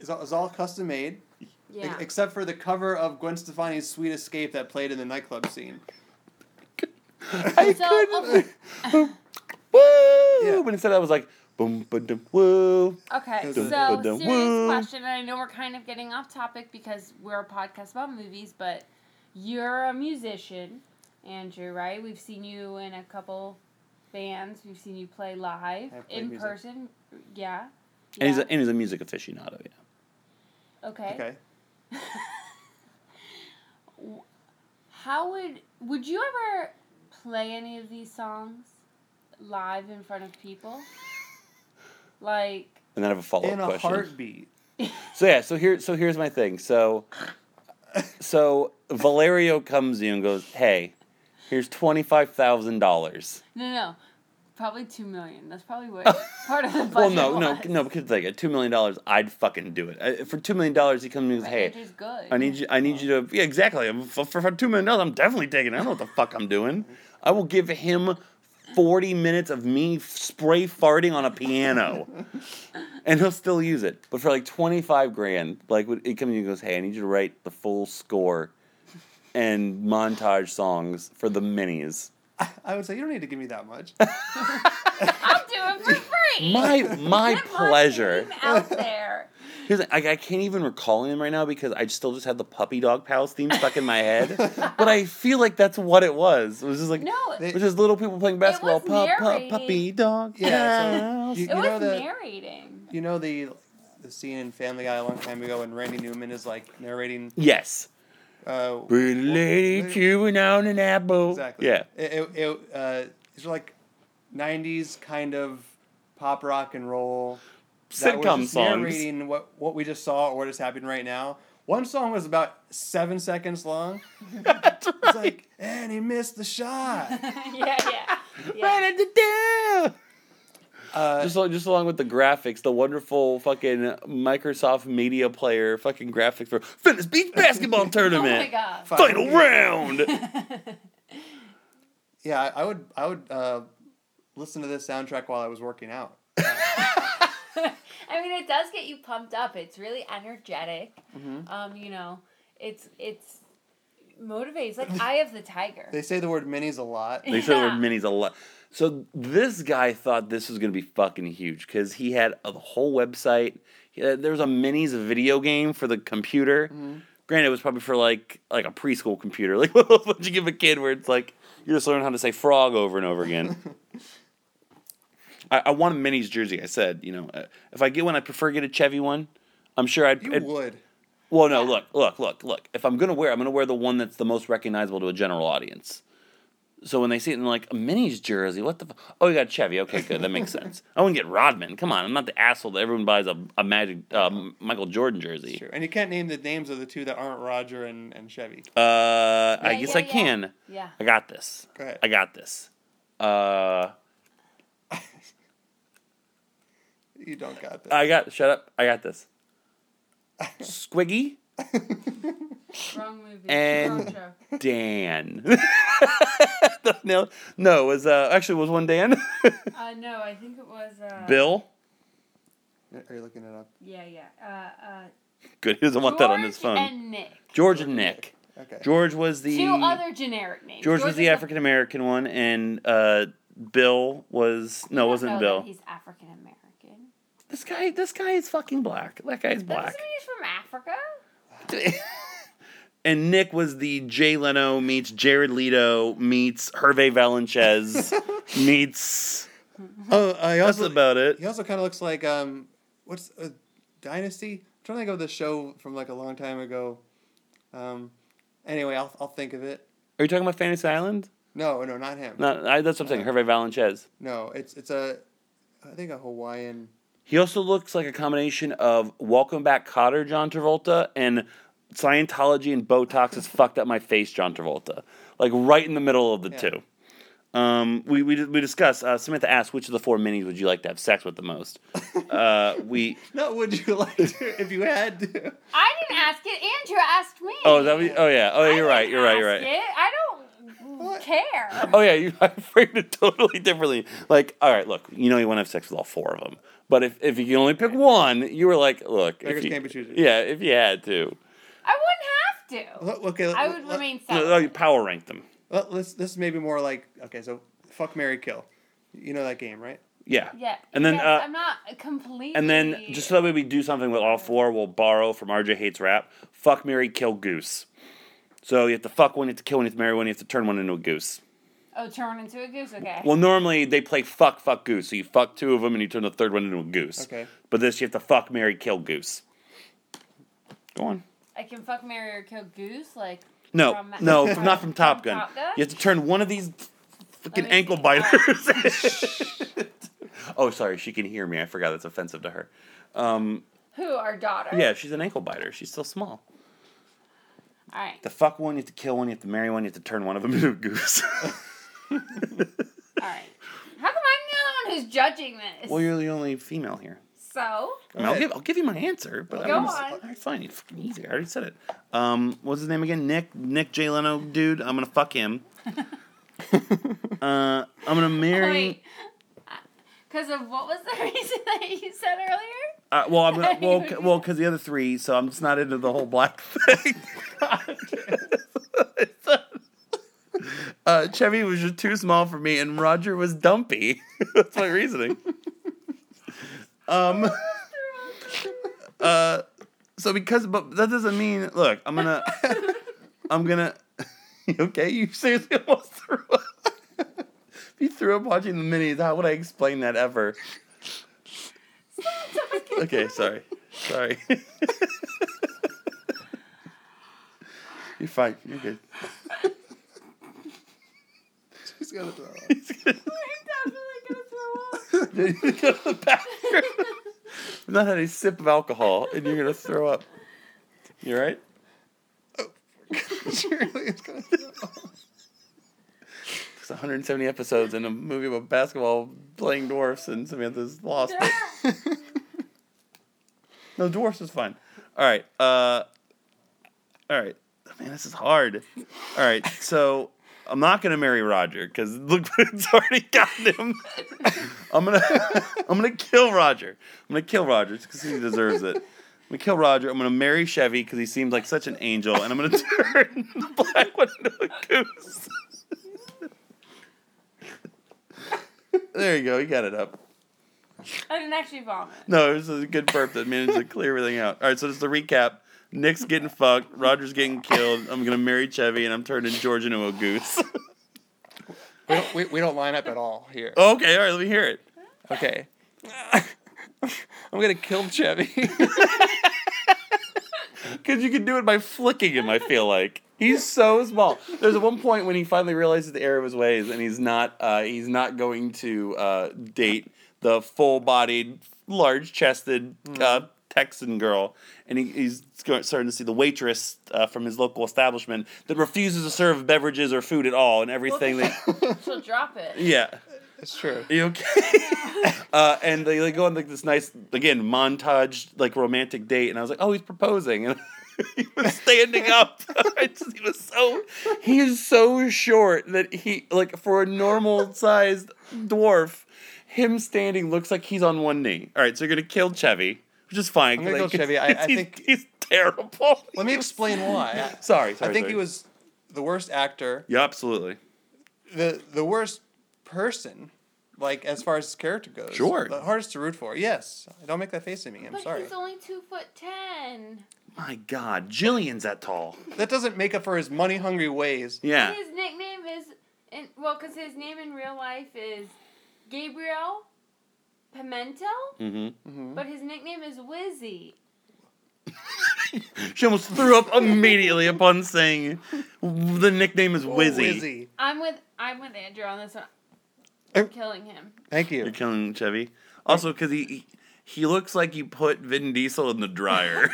Speaker 4: it's all, it's all custom made, e-
Speaker 3: yeah.
Speaker 4: except for the cover of Gwen Stefani's "Sweet Escape" that played in the nightclub scene.
Speaker 2: I
Speaker 3: So,
Speaker 2: couldn't.
Speaker 3: okay.
Speaker 2: Woo!
Speaker 4: Yeah.
Speaker 2: But instead, I was like, boom, ba dum, woo.
Speaker 3: Okay,
Speaker 4: Dun,
Speaker 3: so
Speaker 2: dun, dun,
Speaker 3: serious
Speaker 2: woo.
Speaker 3: question, and I know we're kind of getting off topic because we're a podcast about movies, but you're a musician, Andrew, right? We've seen you in a couple bands. We've seen you play live
Speaker 4: I've played
Speaker 3: in
Speaker 4: music.
Speaker 3: person. Yeah.
Speaker 2: And he's
Speaker 3: Yeah.
Speaker 2: a, and he's a music aficionado. Yeah.
Speaker 3: okay.
Speaker 4: Okay.
Speaker 3: How would would you ever play any of these songs live in front of people? Like
Speaker 2: And then I have a follow
Speaker 4: In
Speaker 2: up
Speaker 4: a
Speaker 2: question.
Speaker 4: heartbeat.
Speaker 2: So yeah, so here, so here's my thing. So, so Valerio comes to you and goes, "Hey, here's twenty five thousand dollars."
Speaker 3: no, no, no, probably two million. That's probably what part of the budget
Speaker 2: Well, no, no,
Speaker 3: was.
Speaker 2: no, because like at two million dollars, I'd fucking do it. I, for two million dollars, he comes to me and goes,
Speaker 3: Like,
Speaker 2: "Hey,
Speaker 3: Andrew's good.
Speaker 2: I need you. I need you to. Yeah, exactly. I'm- For, for two million dollars, I'm definitely taking. it. I don't know what the fuck I'm doing. I will give him forty minutes of me f- spray farting on a piano, and he'll still use it. But for like twenty five grand, like when he comes to you and goes, "Hey, I need you to write the full score and montage songs for the minis."
Speaker 4: I would say you don't need to give me that much.
Speaker 3: I'll do it for free.
Speaker 2: My my
Speaker 3: Get my
Speaker 2: pleasure.
Speaker 3: name out there.
Speaker 2: Here's the- I, I can't even recall him right now because I still just had the puppy dog pals theme stuck in my head. but I feel like that's what it was. It was just like
Speaker 3: No,
Speaker 4: They-
Speaker 3: it
Speaker 2: Which is little people playing basketball.
Speaker 3: was
Speaker 2: Pup, pup,
Speaker 3: narrated.
Speaker 2: puppy, dog.
Speaker 4: Yeah, so you-
Speaker 3: was
Speaker 4: know that-
Speaker 3: narrating.
Speaker 4: You know the the scene in Family Guy a long time ago when Randy Newman is like narrating.
Speaker 2: yes.
Speaker 4: Uh,
Speaker 2: Pretty lady chewing on an apple.
Speaker 4: Exactly.
Speaker 2: Yeah.
Speaker 4: It, it, it, uh, these are like '90s kind of pop rock and roll that were
Speaker 2: Sitcom
Speaker 4: just
Speaker 2: songs.
Speaker 4: narrating what what we just saw or what is happening right now. One song was about seven seconds long.
Speaker 2: That's
Speaker 4: It's
Speaker 2: right.
Speaker 4: like, and he missed the shot.
Speaker 3: yeah, yeah, yeah.
Speaker 2: Right at the down.
Speaker 4: Uh,
Speaker 2: Just, al- just along with the graphics, the wonderful fucking Microsoft Media Player fucking graphics for Venice Beach Basketball
Speaker 3: Oh my
Speaker 2: Tournament.
Speaker 3: god.
Speaker 4: fuck.
Speaker 2: Final round.
Speaker 4: Yeah, I, I would. I would uh, listen to this soundtrack while I was working out.
Speaker 3: I mean, it does get you pumped up. It's really energetic.
Speaker 4: Mm-hmm.
Speaker 3: Um, you know, it's it's motivates like Eye of the Tiger.
Speaker 4: They say the word minis a lot.
Speaker 2: They said there were
Speaker 3: Yeah.
Speaker 2: minis a lot. So this guy thought this was going to be fucking huge because uh, he had a whole website. He had- There was a minis video game for the computer. Granted, it was probably for like like a preschool computer, like what you give a kid where it's like you just learn how to say frog over and over again. I, I want a minis jersey. I said, you know, uh, if I get one, I prefer get a Chevy one. I'm sure I'd.
Speaker 4: You
Speaker 2: I'd-
Speaker 4: would.
Speaker 2: well, no, look, look, look, look. If I'm gonna wear, I'm gonna wear the one that's the most recognizable to a general audience. So when they see it and they're like a minis jersey, what the? Fu-? Oh, you got Chevy. Okay, good. That makes sense. I wouldn't get Rodman. Come on, I'm not the asshole that everyone buys a, a Magic uh, Michael Jordan jersey.
Speaker 4: It's true. And you can't name the names of the two that aren't Roger and, and Chevy.
Speaker 2: Uh, I
Speaker 3: Yeah,
Speaker 2: guess
Speaker 3: yeah,
Speaker 2: I
Speaker 3: yeah.
Speaker 2: can.
Speaker 3: Yeah.
Speaker 2: I got this.
Speaker 4: Go ahead.
Speaker 2: I got this. Uh,
Speaker 4: You don't got that.
Speaker 2: I got. Shut up. I got this. Squiggy
Speaker 3: Wrong movie.
Speaker 2: And-
Speaker 3: Wrong show.
Speaker 2: Dan. no, no, it was uh, actually it was one Dan.
Speaker 3: Uh, no, I think it was. Uh,
Speaker 2: Bill.
Speaker 4: Are you looking it up?
Speaker 3: Yeah, yeah. Uh, uh,
Speaker 2: Good. He doesn't want that on his
Speaker 3: George
Speaker 2: phone.
Speaker 3: And Nick.
Speaker 2: George and Nick.
Speaker 4: Okay.
Speaker 2: George was the
Speaker 3: Two other generic names.
Speaker 2: George was the
Speaker 3: is a-
Speaker 2: African American one, and uh, Bill was no, it
Speaker 3: I
Speaker 2: wasn't
Speaker 3: don't know
Speaker 2: Bill.
Speaker 3: that He's African American.
Speaker 2: This guy, this guy is fucking black. That guy's
Speaker 3: That doesn't
Speaker 2: black.
Speaker 3: mean he's from Africa.
Speaker 2: and Nick was the Jay Leno meets Jared Leto meets Hervé Valenchez meets.
Speaker 4: Oh, I
Speaker 2: That's
Speaker 4: also
Speaker 2: about it.
Speaker 4: he also kind of looks like um, what's uh, Dynasty? I'm trying to think of the show from like a long time ago. Um, anyway, I'll I'll think of it.
Speaker 2: Are you talking about Fantasy Island?
Speaker 4: No, no, not him.
Speaker 2: No, I, that's what I'm saying. Hervé Valenchez.
Speaker 4: No, it's it's a, I think a Hawaiian.
Speaker 2: He also looks like a combination of Welcome Back Cotter John Travolta and Scientology and Botox has fucked up my face John Travolta. Like right in the middle of the
Speaker 4: Yeah.
Speaker 2: two. Um, we we we discussed. Uh, Samantha asked, "Which of the four minis would you like to have sex with the most?" uh, we
Speaker 4: No, would you like to if you had to?
Speaker 3: I didn't ask it. Andrew asked me.
Speaker 2: oh that we, oh yeah oh
Speaker 3: I
Speaker 2: you're right
Speaker 3: didn't
Speaker 2: you're right you're
Speaker 3: ask
Speaker 2: right
Speaker 3: It. I don't
Speaker 4: What?
Speaker 3: care.
Speaker 2: oh yeah you I framed it totally differently. Like all right, look, you know you want to have sex with all four of them, but if if you can only pick one, you were like, look, if
Speaker 4: Beggars
Speaker 2: you-
Speaker 4: can't be choosers.
Speaker 2: yeah, if you had to,
Speaker 3: I wouldn't have to.
Speaker 4: Look, Okay,
Speaker 3: I would
Speaker 4: let-
Speaker 3: remain
Speaker 2: No,
Speaker 3: silent.
Speaker 2: no, you power rank them.
Speaker 4: let- let's this may be more like okay, so fuck Mary Kill. You know that game, right?
Speaker 2: Yeah.
Speaker 3: Yeah.
Speaker 2: And then
Speaker 3: yes,
Speaker 2: uh,
Speaker 3: I'm not completely.
Speaker 2: and then just so that way we do something with all four, we'll borrow from RJ Hates Rap. Fuck Mary Kill Goose. So you have to fuck one, you have to kill one, you have to marry one, you have to turn one into a goose.
Speaker 3: oh, turn into a goose. Okay.
Speaker 2: Well, normally they play fuck fuck goose, so you fuck two of them and you turn the third one into a goose.
Speaker 4: Okay.
Speaker 2: But this you have to fuck Mary Kill Goose. Go on.
Speaker 3: I can fuck, marry, or kill goose. Like
Speaker 2: No,
Speaker 3: From-
Speaker 2: no,
Speaker 3: from-
Speaker 2: not from Top
Speaker 3: from
Speaker 2: Gun.
Speaker 3: Top Gun?
Speaker 2: You have to turn one of these fucking
Speaker 3: me see.
Speaker 2: ankle biters. oh, sorry, she can hear me. I forgot that's offensive to her. Um,
Speaker 3: who? Our daughter.
Speaker 2: Yeah, she's an ankle biter. She's still small.
Speaker 3: All right.
Speaker 2: The fuck one, you have to kill one, you have to marry one, you have to turn one of them into a goose.
Speaker 3: All right. How come I'm the only one who's judging this?
Speaker 2: well, you're the only female here.
Speaker 3: so
Speaker 2: I mean, I'll give I'll give you my answer, but
Speaker 3: Go
Speaker 2: I'm
Speaker 3: on.
Speaker 2: All right, fine. It's fucking easy. I already said it. Um, what's his name again? Nick Nick J Leno dude. I'm gonna fuck him. uh, I'm gonna marry.
Speaker 3: wait. Because of what was the reason that you said earlier?
Speaker 2: Uh, well, I'm gonna well
Speaker 3: You
Speaker 2: c-
Speaker 3: would-
Speaker 2: well because the other three. So I'm just not into the whole black thing. uh, Chevy was just too small for me, and Roger was dumpy. That's my reasoning. um. Uh, so because but that doesn't mean look. I'm gonna. I'm gonna. You okay, you seriously almost threw up. if you threw up watching the minis, how would I explain that ever? okay, sorry. Sorry. You're fine. You're good.
Speaker 4: She's gonna throw up.
Speaker 2: He's gonna
Speaker 3: I'm definitely gonna throw up.
Speaker 2: go to the bathroom. I've not had a sip of alcohol, and you're gonna throw up. You alright?
Speaker 4: Oh, Surely it's gonna throw up.
Speaker 2: It's 170 episodes in a movie about basketball playing dwarfs, and Samantha's lost. No, dwarfs is fine. All right. Uh, all right. Man, this is hard. All right. So I'm not gonna marry Roger because look, it's already gotten him. I'm gonna I'm gonna kill Roger. I'm gonna kill Roger because he deserves it. I'm gonna kill Roger. I'm gonna marry Chevy because he seems like such an angel, and I'm gonna turn the black one into a goose. there you go. You got it up.
Speaker 3: I didn't actually vomit.
Speaker 2: No, it was a good burp that managed to clear everything out. All right, so just to recap, Nick's getting fucked. Roger's getting killed. I'm gonna marry Chevy, and I'm turning George into a goose.
Speaker 4: We don't, we, we don't line up at all here.
Speaker 2: okay, all right, let me hear it.
Speaker 4: Okay. I'm gonna kill Chevy.
Speaker 2: Because you can do it by flicking him, I feel like. He's so small. There's one point when he finally realizes the error of his ways and he's not uh, he's not going to uh, date the full bodied, large chested uh, Texan girl. And he, he's sc- starting to see the waitress uh, from his local establishment that refuses to serve beverages or food at all and everything that.
Speaker 3: She'll drop it.
Speaker 2: Yeah.
Speaker 4: It's true.
Speaker 2: You okay? uh, and they, they go on like this nice again montage like romantic date, and I was like, oh, he's proposing, and he was standing up. I just, he was so he is so short that he like for a normal sized dwarf, him standing looks like he's on one knee. All right, so you're gonna kill Chevy, which is fine.
Speaker 4: I'm gonna
Speaker 2: 'cause
Speaker 4: kill Chevy. I-
Speaker 2: he's-
Speaker 4: I think-
Speaker 2: he's terrible.
Speaker 4: Let me explain why. I,
Speaker 2: Sorry, sorry.
Speaker 4: I think
Speaker 2: sorry.
Speaker 4: he was the worst actor,
Speaker 2: Yeah, absolutely.
Speaker 4: the the worst person, like as far as his character goes.
Speaker 2: Sure.
Speaker 4: The hardest to root for. Yes. Don't make that face at me. I'm
Speaker 3: But
Speaker 4: sorry.
Speaker 3: he's only two foot ten.
Speaker 2: My God, Jillian's that tall.
Speaker 4: That doesn't make up for his money hungry ways.
Speaker 2: Yeah.
Speaker 3: His nickname is, in, well, because his name in real life is Gabriel Pimentel,
Speaker 2: Mm-hmm.
Speaker 3: but his nickname is Wizzy.
Speaker 2: She almost threw up immediately upon saying the nickname is Wizzy.
Speaker 4: Wizzy.
Speaker 3: I'm with I'm with Andrew on this one.
Speaker 4: Oh.
Speaker 3: I'm killing him.
Speaker 4: Thank you.
Speaker 2: You're killing Chevy. Also, because he, he he looks like you put Vin Diesel in the dryer.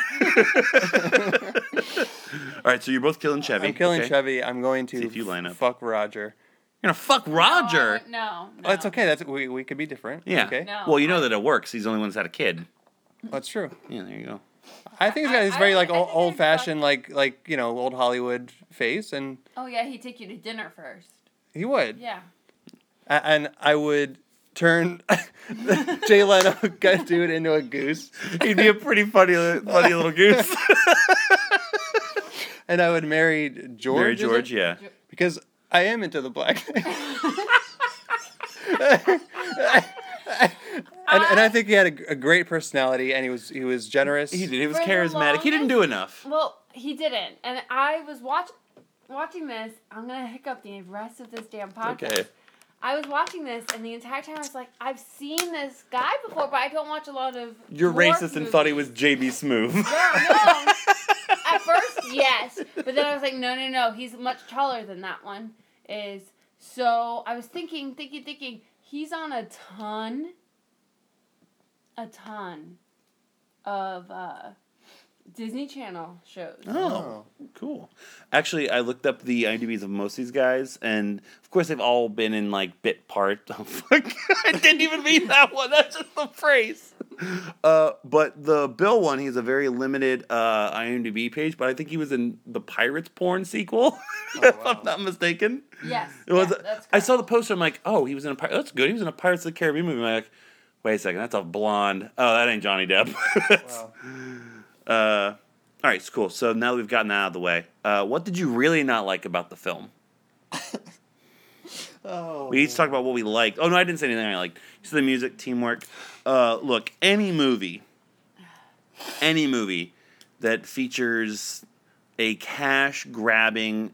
Speaker 2: All right, so you're both killing Chevy.
Speaker 4: I'm killing
Speaker 2: okay?
Speaker 4: Chevy. I'm going to
Speaker 2: See if you line up.
Speaker 4: fuck Roger.
Speaker 2: You're gonna fuck
Speaker 3: No,
Speaker 2: Roger.
Speaker 3: I- No, no.
Speaker 4: Oh, that's okay. That's we, we could be different.
Speaker 2: Yeah.
Speaker 4: Okay.
Speaker 3: No.
Speaker 2: Well, you know that it works. He's the only one that's had a kid.
Speaker 4: That's true.
Speaker 2: Yeah, there you go.
Speaker 4: I think he's
Speaker 3: I-
Speaker 4: got this
Speaker 3: I
Speaker 4: very
Speaker 3: don't-
Speaker 4: like
Speaker 3: I think
Speaker 4: old,
Speaker 3: they're
Speaker 4: old fashioned like like you know old Hollywood face, and
Speaker 3: Oh yeah, he'd take you to dinner first.
Speaker 4: he would.
Speaker 3: Yeah.
Speaker 4: A- and I would turn Jay Leno gut dude into a goose,
Speaker 2: He'd be a pretty funny, li- funny little goose.
Speaker 4: and I would marry George.
Speaker 2: Mary
Speaker 4: is
Speaker 2: George,
Speaker 4: it?
Speaker 2: yeah.
Speaker 4: Because I am into the black thing. and, and I think he had a, g- a great personality, and he was he was generous.
Speaker 2: He did. He was
Speaker 3: For the
Speaker 2: charismatic. He didn't do enough.
Speaker 3: Well, he didn't, and I was watch watching this. I'm gonna hiccup the rest of this damn podcast.
Speaker 2: Okay.
Speaker 3: I was watching this, and the entire time I was like, I've seen this guy before, but I don't watch a lot of.
Speaker 2: You're
Speaker 3: dwarf
Speaker 2: racist and thought he was
Speaker 3: movies."
Speaker 2: JB Smooth.
Speaker 3: No, no. At first, yes, but then I was like, no, no, no. He's much taller than that one is. So I was thinking, thinking, thinking. He's on a ton, a ton, of uh, Disney Channel shows.
Speaker 2: Oh,
Speaker 4: Oh.
Speaker 2: cool. Actually, I looked up the IMDb's of most of these guys, and of course, they've all been in like bit part. Oh, fuck. I didn't even mean that one. That's just the phrase. Uh, but the Bill one, he has a very limited uh, IMDb page, but I think he was in the Pirates porn sequel, if
Speaker 4: wow.
Speaker 2: I'm not mistaken.
Speaker 3: Yes,
Speaker 2: It was.
Speaker 3: yeah, that's
Speaker 2: I saw the poster. I'm like, oh, he was in a. Pir- That's good. He was in a Pirates of the Caribbean movie. I'm like, wait a second, that's a blonde. Oh, that ain't Johnny Depp.
Speaker 4: Wow.
Speaker 2: Uh, all right, so cool. So now that we've gotten that out of the way, uh, what did you really not like about the film?
Speaker 4: Oh.
Speaker 2: We each talked about what we liked. Oh no, I didn't say anything I liked. So the music, teamwork. Uh, look, any movie, any movie that features a cash grabbing,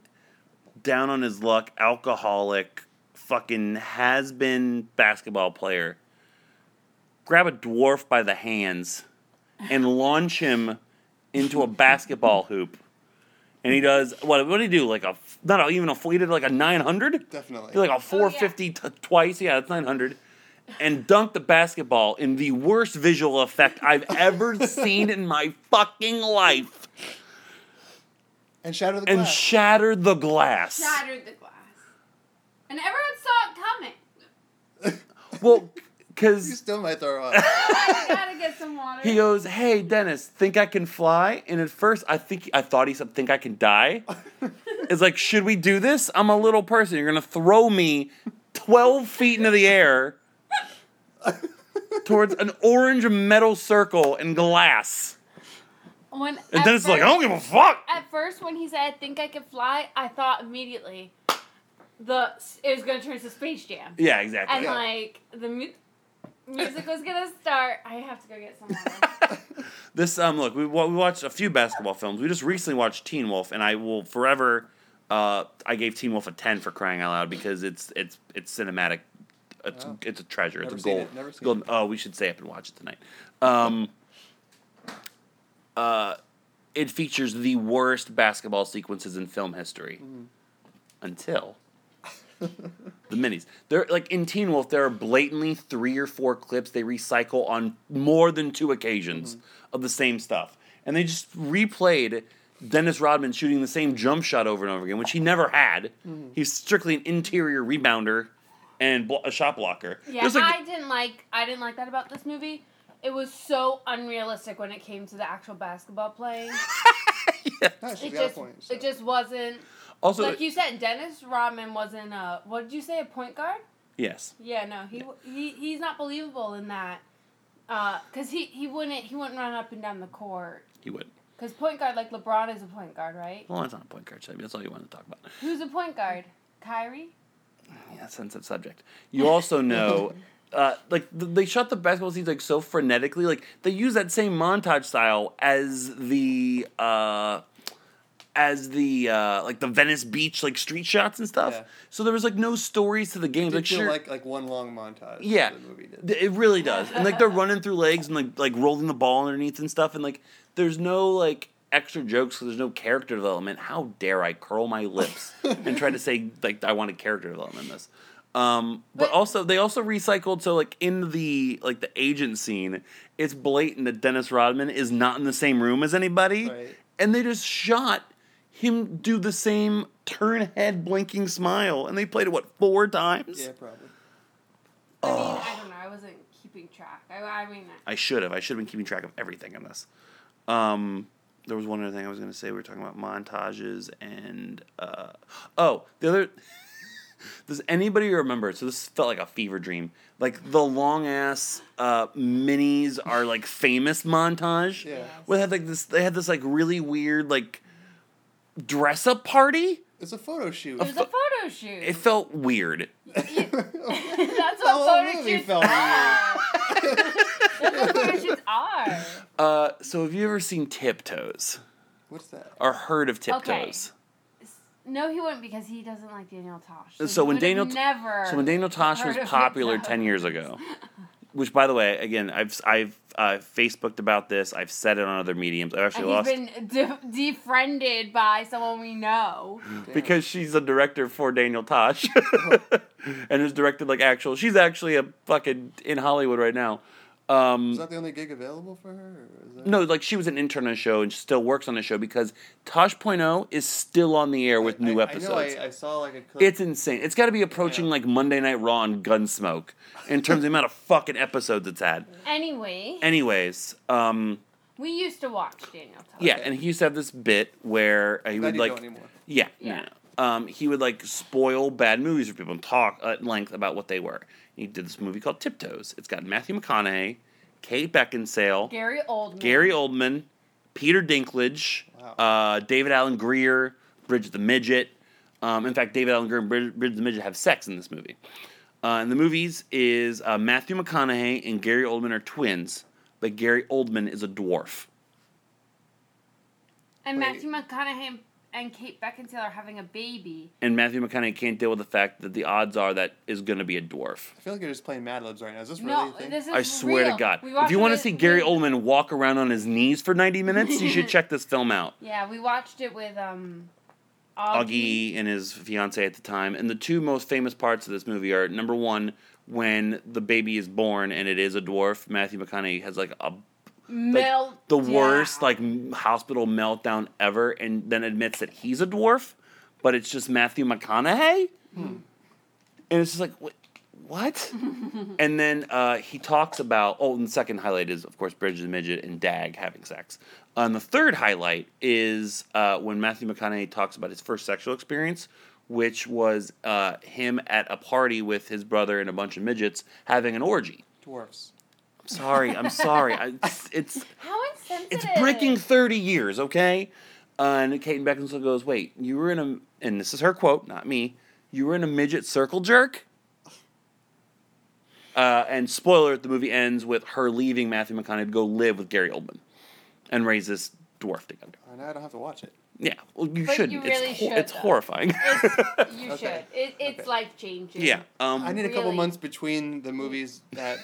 Speaker 2: down on his luck, alcoholic, fucking has been basketball player, grab a dwarf by the hands and launch him into a basketball hoop. And he does what? What did he do? Like a not even a full. He did like a nine hundred.
Speaker 4: Definitely.
Speaker 2: He did like a
Speaker 3: Oh, yeah.
Speaker 2: 450 t- twice. Yeah, that's 900. And dunked the basketball in the worst visual effect I've ever seen in my fucking life
Speaker 4: and Shadow of the
Speaker 2: and
Speaker 4: Glass.
Speaker 2: shattered the glass.
Speaker 3: shattered the glass, and everyone saw it coming.
Speaker 2: Well,
Speaker 4: you
Speaker 2: because
Speaker 4: still might throw up.
Speaker 3: I gotta get some water.
Speaker 2: he goes, Hey, Dennis, think I can fly? And at first, I think I thought he said, Think I can die. It's like, Should we do this? I'm a little person. You're going to throw me 12 feet into the air towards an orange metal circle and glass.
Speaker 3: when
Speaker 2: And
Speaker 3: at
Speaker 2: then it's like, I
Speaker 3: first-
Speaker 2: don't give a fuck.
Speaker 3: At first, when he said, "I think I could fly," I thought immediately the it was gonna turn into Space Jam,
Speaker 2: Yeah, exactly.
Speaker 3: and
Speaker 4: Yeah.
Speaker 3: like the mu- music was gonna start. I have to go get some water.
Speaker 2: This um, look, we wa- we watched a few basketball films. We just recently watched Teen Wolf, and I will forever. Uh, I gave Teen Wolf a ten for crying out loud because it's it's it's cinematic. It's
Speaker 4: Wow.
Speaker 2: it's a treasure.
Speaker 4: Never
Speaker 2: it's a
Speaker 4: seen
Speaker 2: gold.
Speaker 4: it, never
Speaker 2: it's
Speaker 4: seen
Speaker 2: golden-
Speaker 4: it.
Speaker 2: Oh, we should stay up and watch it tonight. Um, uh, it features the worst basketball sequences in film
Speaker 4: Mm.
Speaker 2: history until the minis. They're like in Teen Wolf. There are blatantly three or four clips they recycle on more than two occasions of the same stuff, and they just replayed Dennis Rodman shooting the same jump shot over and over again, which he never had. He's strictly an interior rebounder and blo- a shot blocker.
Speaker 3: Yeah,
Speaker 2: There's, like,
Speaker 3: I didn't like I didn't like that about this movie. It was so unrealistic when it came to the actual basketball playing.
Speaker 4: No, she
Speaker 3: It
Speaker 4: got a
Speaker 3: just
Speaker 4: point. so.
Speaker 3: it just wasn't
Speaker 2: also
Speaker 3: like you said. Dennis Rodman wasn't a what did you say a point guard?
Speaker 2: yes.
Speaker 3: Yeah, no, he he he's not believable in that. Uh, cause he he wouldn't he wouldn't run up and down the court.
Speaker 2: He would.
Speaker 3: Cause point guard like LeBron is a point guard, right?
Speaker 2: Well, that's not a point guard, Chevy. That's all you wanted to talk about.
Speaker 3: Who's a point guard? Kyrie.
Speaker 2: Yeah, sensitive subject. You also know, uh, like th- they shot the basketball scenes like so frenetically. Like they use that same montage style as the uh, as the uh, like the Venice Beach like street shots and stuff.
Speaker 4: Yeah.
Speaker 2: So there was like no stories to the game.
Speaker 4: It
Speaker 2: Like
Speaker 4: did feel
Speaker 2: sure,
Speaker 4: like like one long montage.
Speaker 2: yeah,
Speaker 4: the movie did.
Speaker 2: Th- it really does. And like they're running through legs and like like rolling the ball underneath and stuff. And like there's no like extra jokes. So there's no character development. How dare I curl my lips and try to say like I wanted character development in this. Um, but,
Speaker 3: But-
Speaker 2: also they also recycled so like in the like the agent scene, it's blatant that Dennis Rodman is not in the same room as anybody,
Speaker 4: Right.
Speaker 2: and they just shot him do the same turn head blinking smile, and they played it what four times.
Speaker 4: Yeah, probably.
Speaker 3: I mean, I don't know. I wasn't keeping track. I, I mean,
Speaker 2: I should have. I should have been keeping track of everything in this. Um, there was one other thing I was going to say. We were talking about montages and uh, oh, the other. Does anybody remember? So this felt like a fever dream. Like the long ass uh, minis are like famous montage.
Speaker 4: Yeah.
Speaker 2: Well, they had like this. They had this like really weird like dress up party.
Speaker 4: It's a photo shoot.
Speaker 3: it was a photo shoot.
Speaker 2: It felt weird.
Speaker 3: That's
Speaker 4: The
Speaker 2: Oh,
Speaker 4: whole
Speaker 3: what photo Ah!
Speaker 4: movie
Speaker 3: shoots are.
Speaker 4: felt
Speaker 3: That's what photo shoots are.
Speaker 2: Uh, so have you ever seen Tiptoes
Speaker 4: What's that?
Speaker 2: or heard of Tiptoes?
Speaker 3: Okay. No, he wouldn't because he doesn't like Daniel
Speaker 2: So
Speaker 3: Tosh. he
Speaker 2: when
Speaker 3: would've
Speaker 2: Daniel-
Speaker 3: never.
Speaker 2: So when Daniel Tosh
Speaker 3: heard
Speaker 2: was
Speaker 3: of it,
Speaker 2: popular
Speaker 3: no.
Speaker 2: ten years ago, which by the way, again, I've I've uh, Facebooked about this. I've said it on other mediums. I've actually
Speaker 3: and
Speaker 2: lost
Speaker 3: he's been de- defriended by someone we know.
Speaker 2: because she's a director for Daniel Tosh, and has directed like actual. She's actually a fucking in Hollywood right now. Um,
Speaker 4: Is that the only gig available for her? Or is that...
Speaker 2: No, like she was an intern on the show and she still works on the show because Tosh.0 is still on the air with new
Speaker 4: I,
Speaker 2: episodes.
Speaker 4: I know. I, I saw like a clip.
Speaker 2: It's insane. It's got to be approaching
Speaker 4: Yeah.
Speaker 2: like Monday Night Raw and Gunsmoke in terms of the amount of fucking episodes it's had.
Speaker 3: Anyway,
Speaker 2: Anyways, um,
Speaker 3: we used to watch Daniel Tosh.
Speaker 2: Yeah, and he used to have this bit where uh, he
Speaker 4: Glad
Speaker 2: would
Speaker 4: you
Speaker 2: like,
Speaker 4: don't anymore.
Speaker 2: yeah, no,
Speaker 3: Yeah.
Speaker 2: no. um, he would like spoil bad movies for people and talk at length about what they were. He did this movie called Tiptoes. It's got Matthew McConaughey, Kate Beckinsale, Gary,
Speaker 3: Gary Oldman.
Speaker 2: Oldman, Peter Dinklage,
Speaker 4: Wow.
Speaker 2: uh, David Allen Greer, Bridget the Midget. Um, in fact, David Allen Greer and Brid- Bridget the Midget have sex in this movie. Uh, in the movies is uh, Matthew McConaughey and Gary Oldman are twins, but Gary Oldman is a dwarf.
Speaker 3: And
Speaker 4: Wait.
Speaker 3: Matthew McConaughey and Kate Beckinsale are having a baby.
Speaker 2: and Matthew McConaughey can't deal with the fact that the odds are that is going to be a dwarf.
Speaker 4: I feel like you're just playing Mad Libs right now. Is this really
Speaker 3: No,
Speaker 4: a thing?
Speaker 3: this is
Speaker 2: I swear
Speaker 3: real.
Speaker 2: to God.
Speaker 3: We
Speaker 2: If
Speaker 3: watched
Speaker 2: you want to
Speaker 3: it-
Speaker 2: see Gary
Speaker 3: we-
Speaker 2: Oldman walk around on his knees for 90 minutes, you should check this film out.
Speaker 3: Yeah, we watched it with um, Augie.
Speaker 2: Augie and his fiance at the time. And the two most famous parts of this movie are number one, when the baby is born and it is a dwarf, Matthew McConaughey has like a
Speaker 3: Melt
Speaker 2: the worst like m- hospital meltdown ever and then admits that he's a dwarf but it's just matthew mcconaughey and it's just like what, what? and then uh, he talks about oh and the second highlight is of course bridge the midget and dag having sex Uh, and the third highlight is uh, when matthew mcconaughey talks about his first sexual experience which was uh, him at a party with his brother and a bunch of midgets having an orgy
Speaker 4: Dwarfs.
Speaker 2: i'm sorry i'm sorry I, it's, it's
Speaker 3: How insensitive!
Speaker 2: it's breaking 30 years, okay? Uh, and Kate Beckinsale goes, wait, you were in a, and this is her quote, not me, you were in a midget circle jerk? Uh, and spoiler, the movie ends with her leaving Matthew McConaughey to go live with Gary Oldman. and raise this dwarf together.
Speaker 4: Oh, now I don't have to watch it.
Speaker 2: Yeah, well, you
Speaker 3: But you
Speaker 2: shouldn't.
Speaker 3: really
Speaker 2: it's hor-
Speaker 3: should,
Speaker 2: it's
Speaker 3: though.
Speaker 2: horrifying.
Speaker 3: It's, you
Speaker 4: Okay.
Speaker 3: should. It, it's
Speaker 4: Okay.
Speaker 3: life changing.
Speaker 2: yeah. Um,
Speaker 4: I need a couple
Speaker 3: Really?
Speaker 4: months between the movies that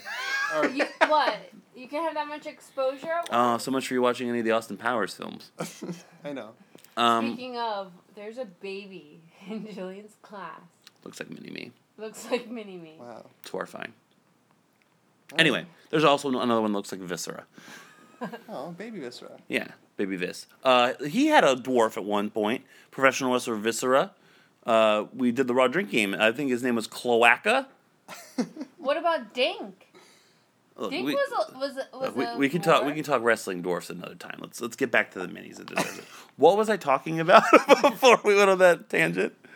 Speaker 4: are.
Speaker 3: You, what? You can have that much exposure?
Speaker 2: uh, so much for you watching any of the Austin Powers films.
Speaker 4: I know.
Speaker 2: Um,
Speaker 3: Speaking of, there's a baby in Jillian's class.
Speaker 2: looks like mini me.
Speaker 3: Looks like Mini Me.
Speaker 4: Wow.
Speaker 2: It's horrifying. Anyway, there's also another one that looks like Viscera.
Speaker 4: Oh, baby viscera.
Speaker 2: Yeah, Baby Vis. Uh, he had a dwarf at one point, professional wrestler Viscera. Uh, we did the raw drink game. I think his name was Cloaca.
Speaker 3: What about Dink?
Speaker 2: Look,
Speaker 3: Dink
Speaker 2: we,
Speaker 3: was a, was a, was
Speaker 2: look, we,
Speaker 3: a
Speaker 2: we can talk. We
Speaker 3: dwarf?
Speaker 2: can talk wrestling dwarfs another time. Let's let's get back to the minis that deserve it. What was I talking about before we went on that tangent?
Speaker 4: Uh,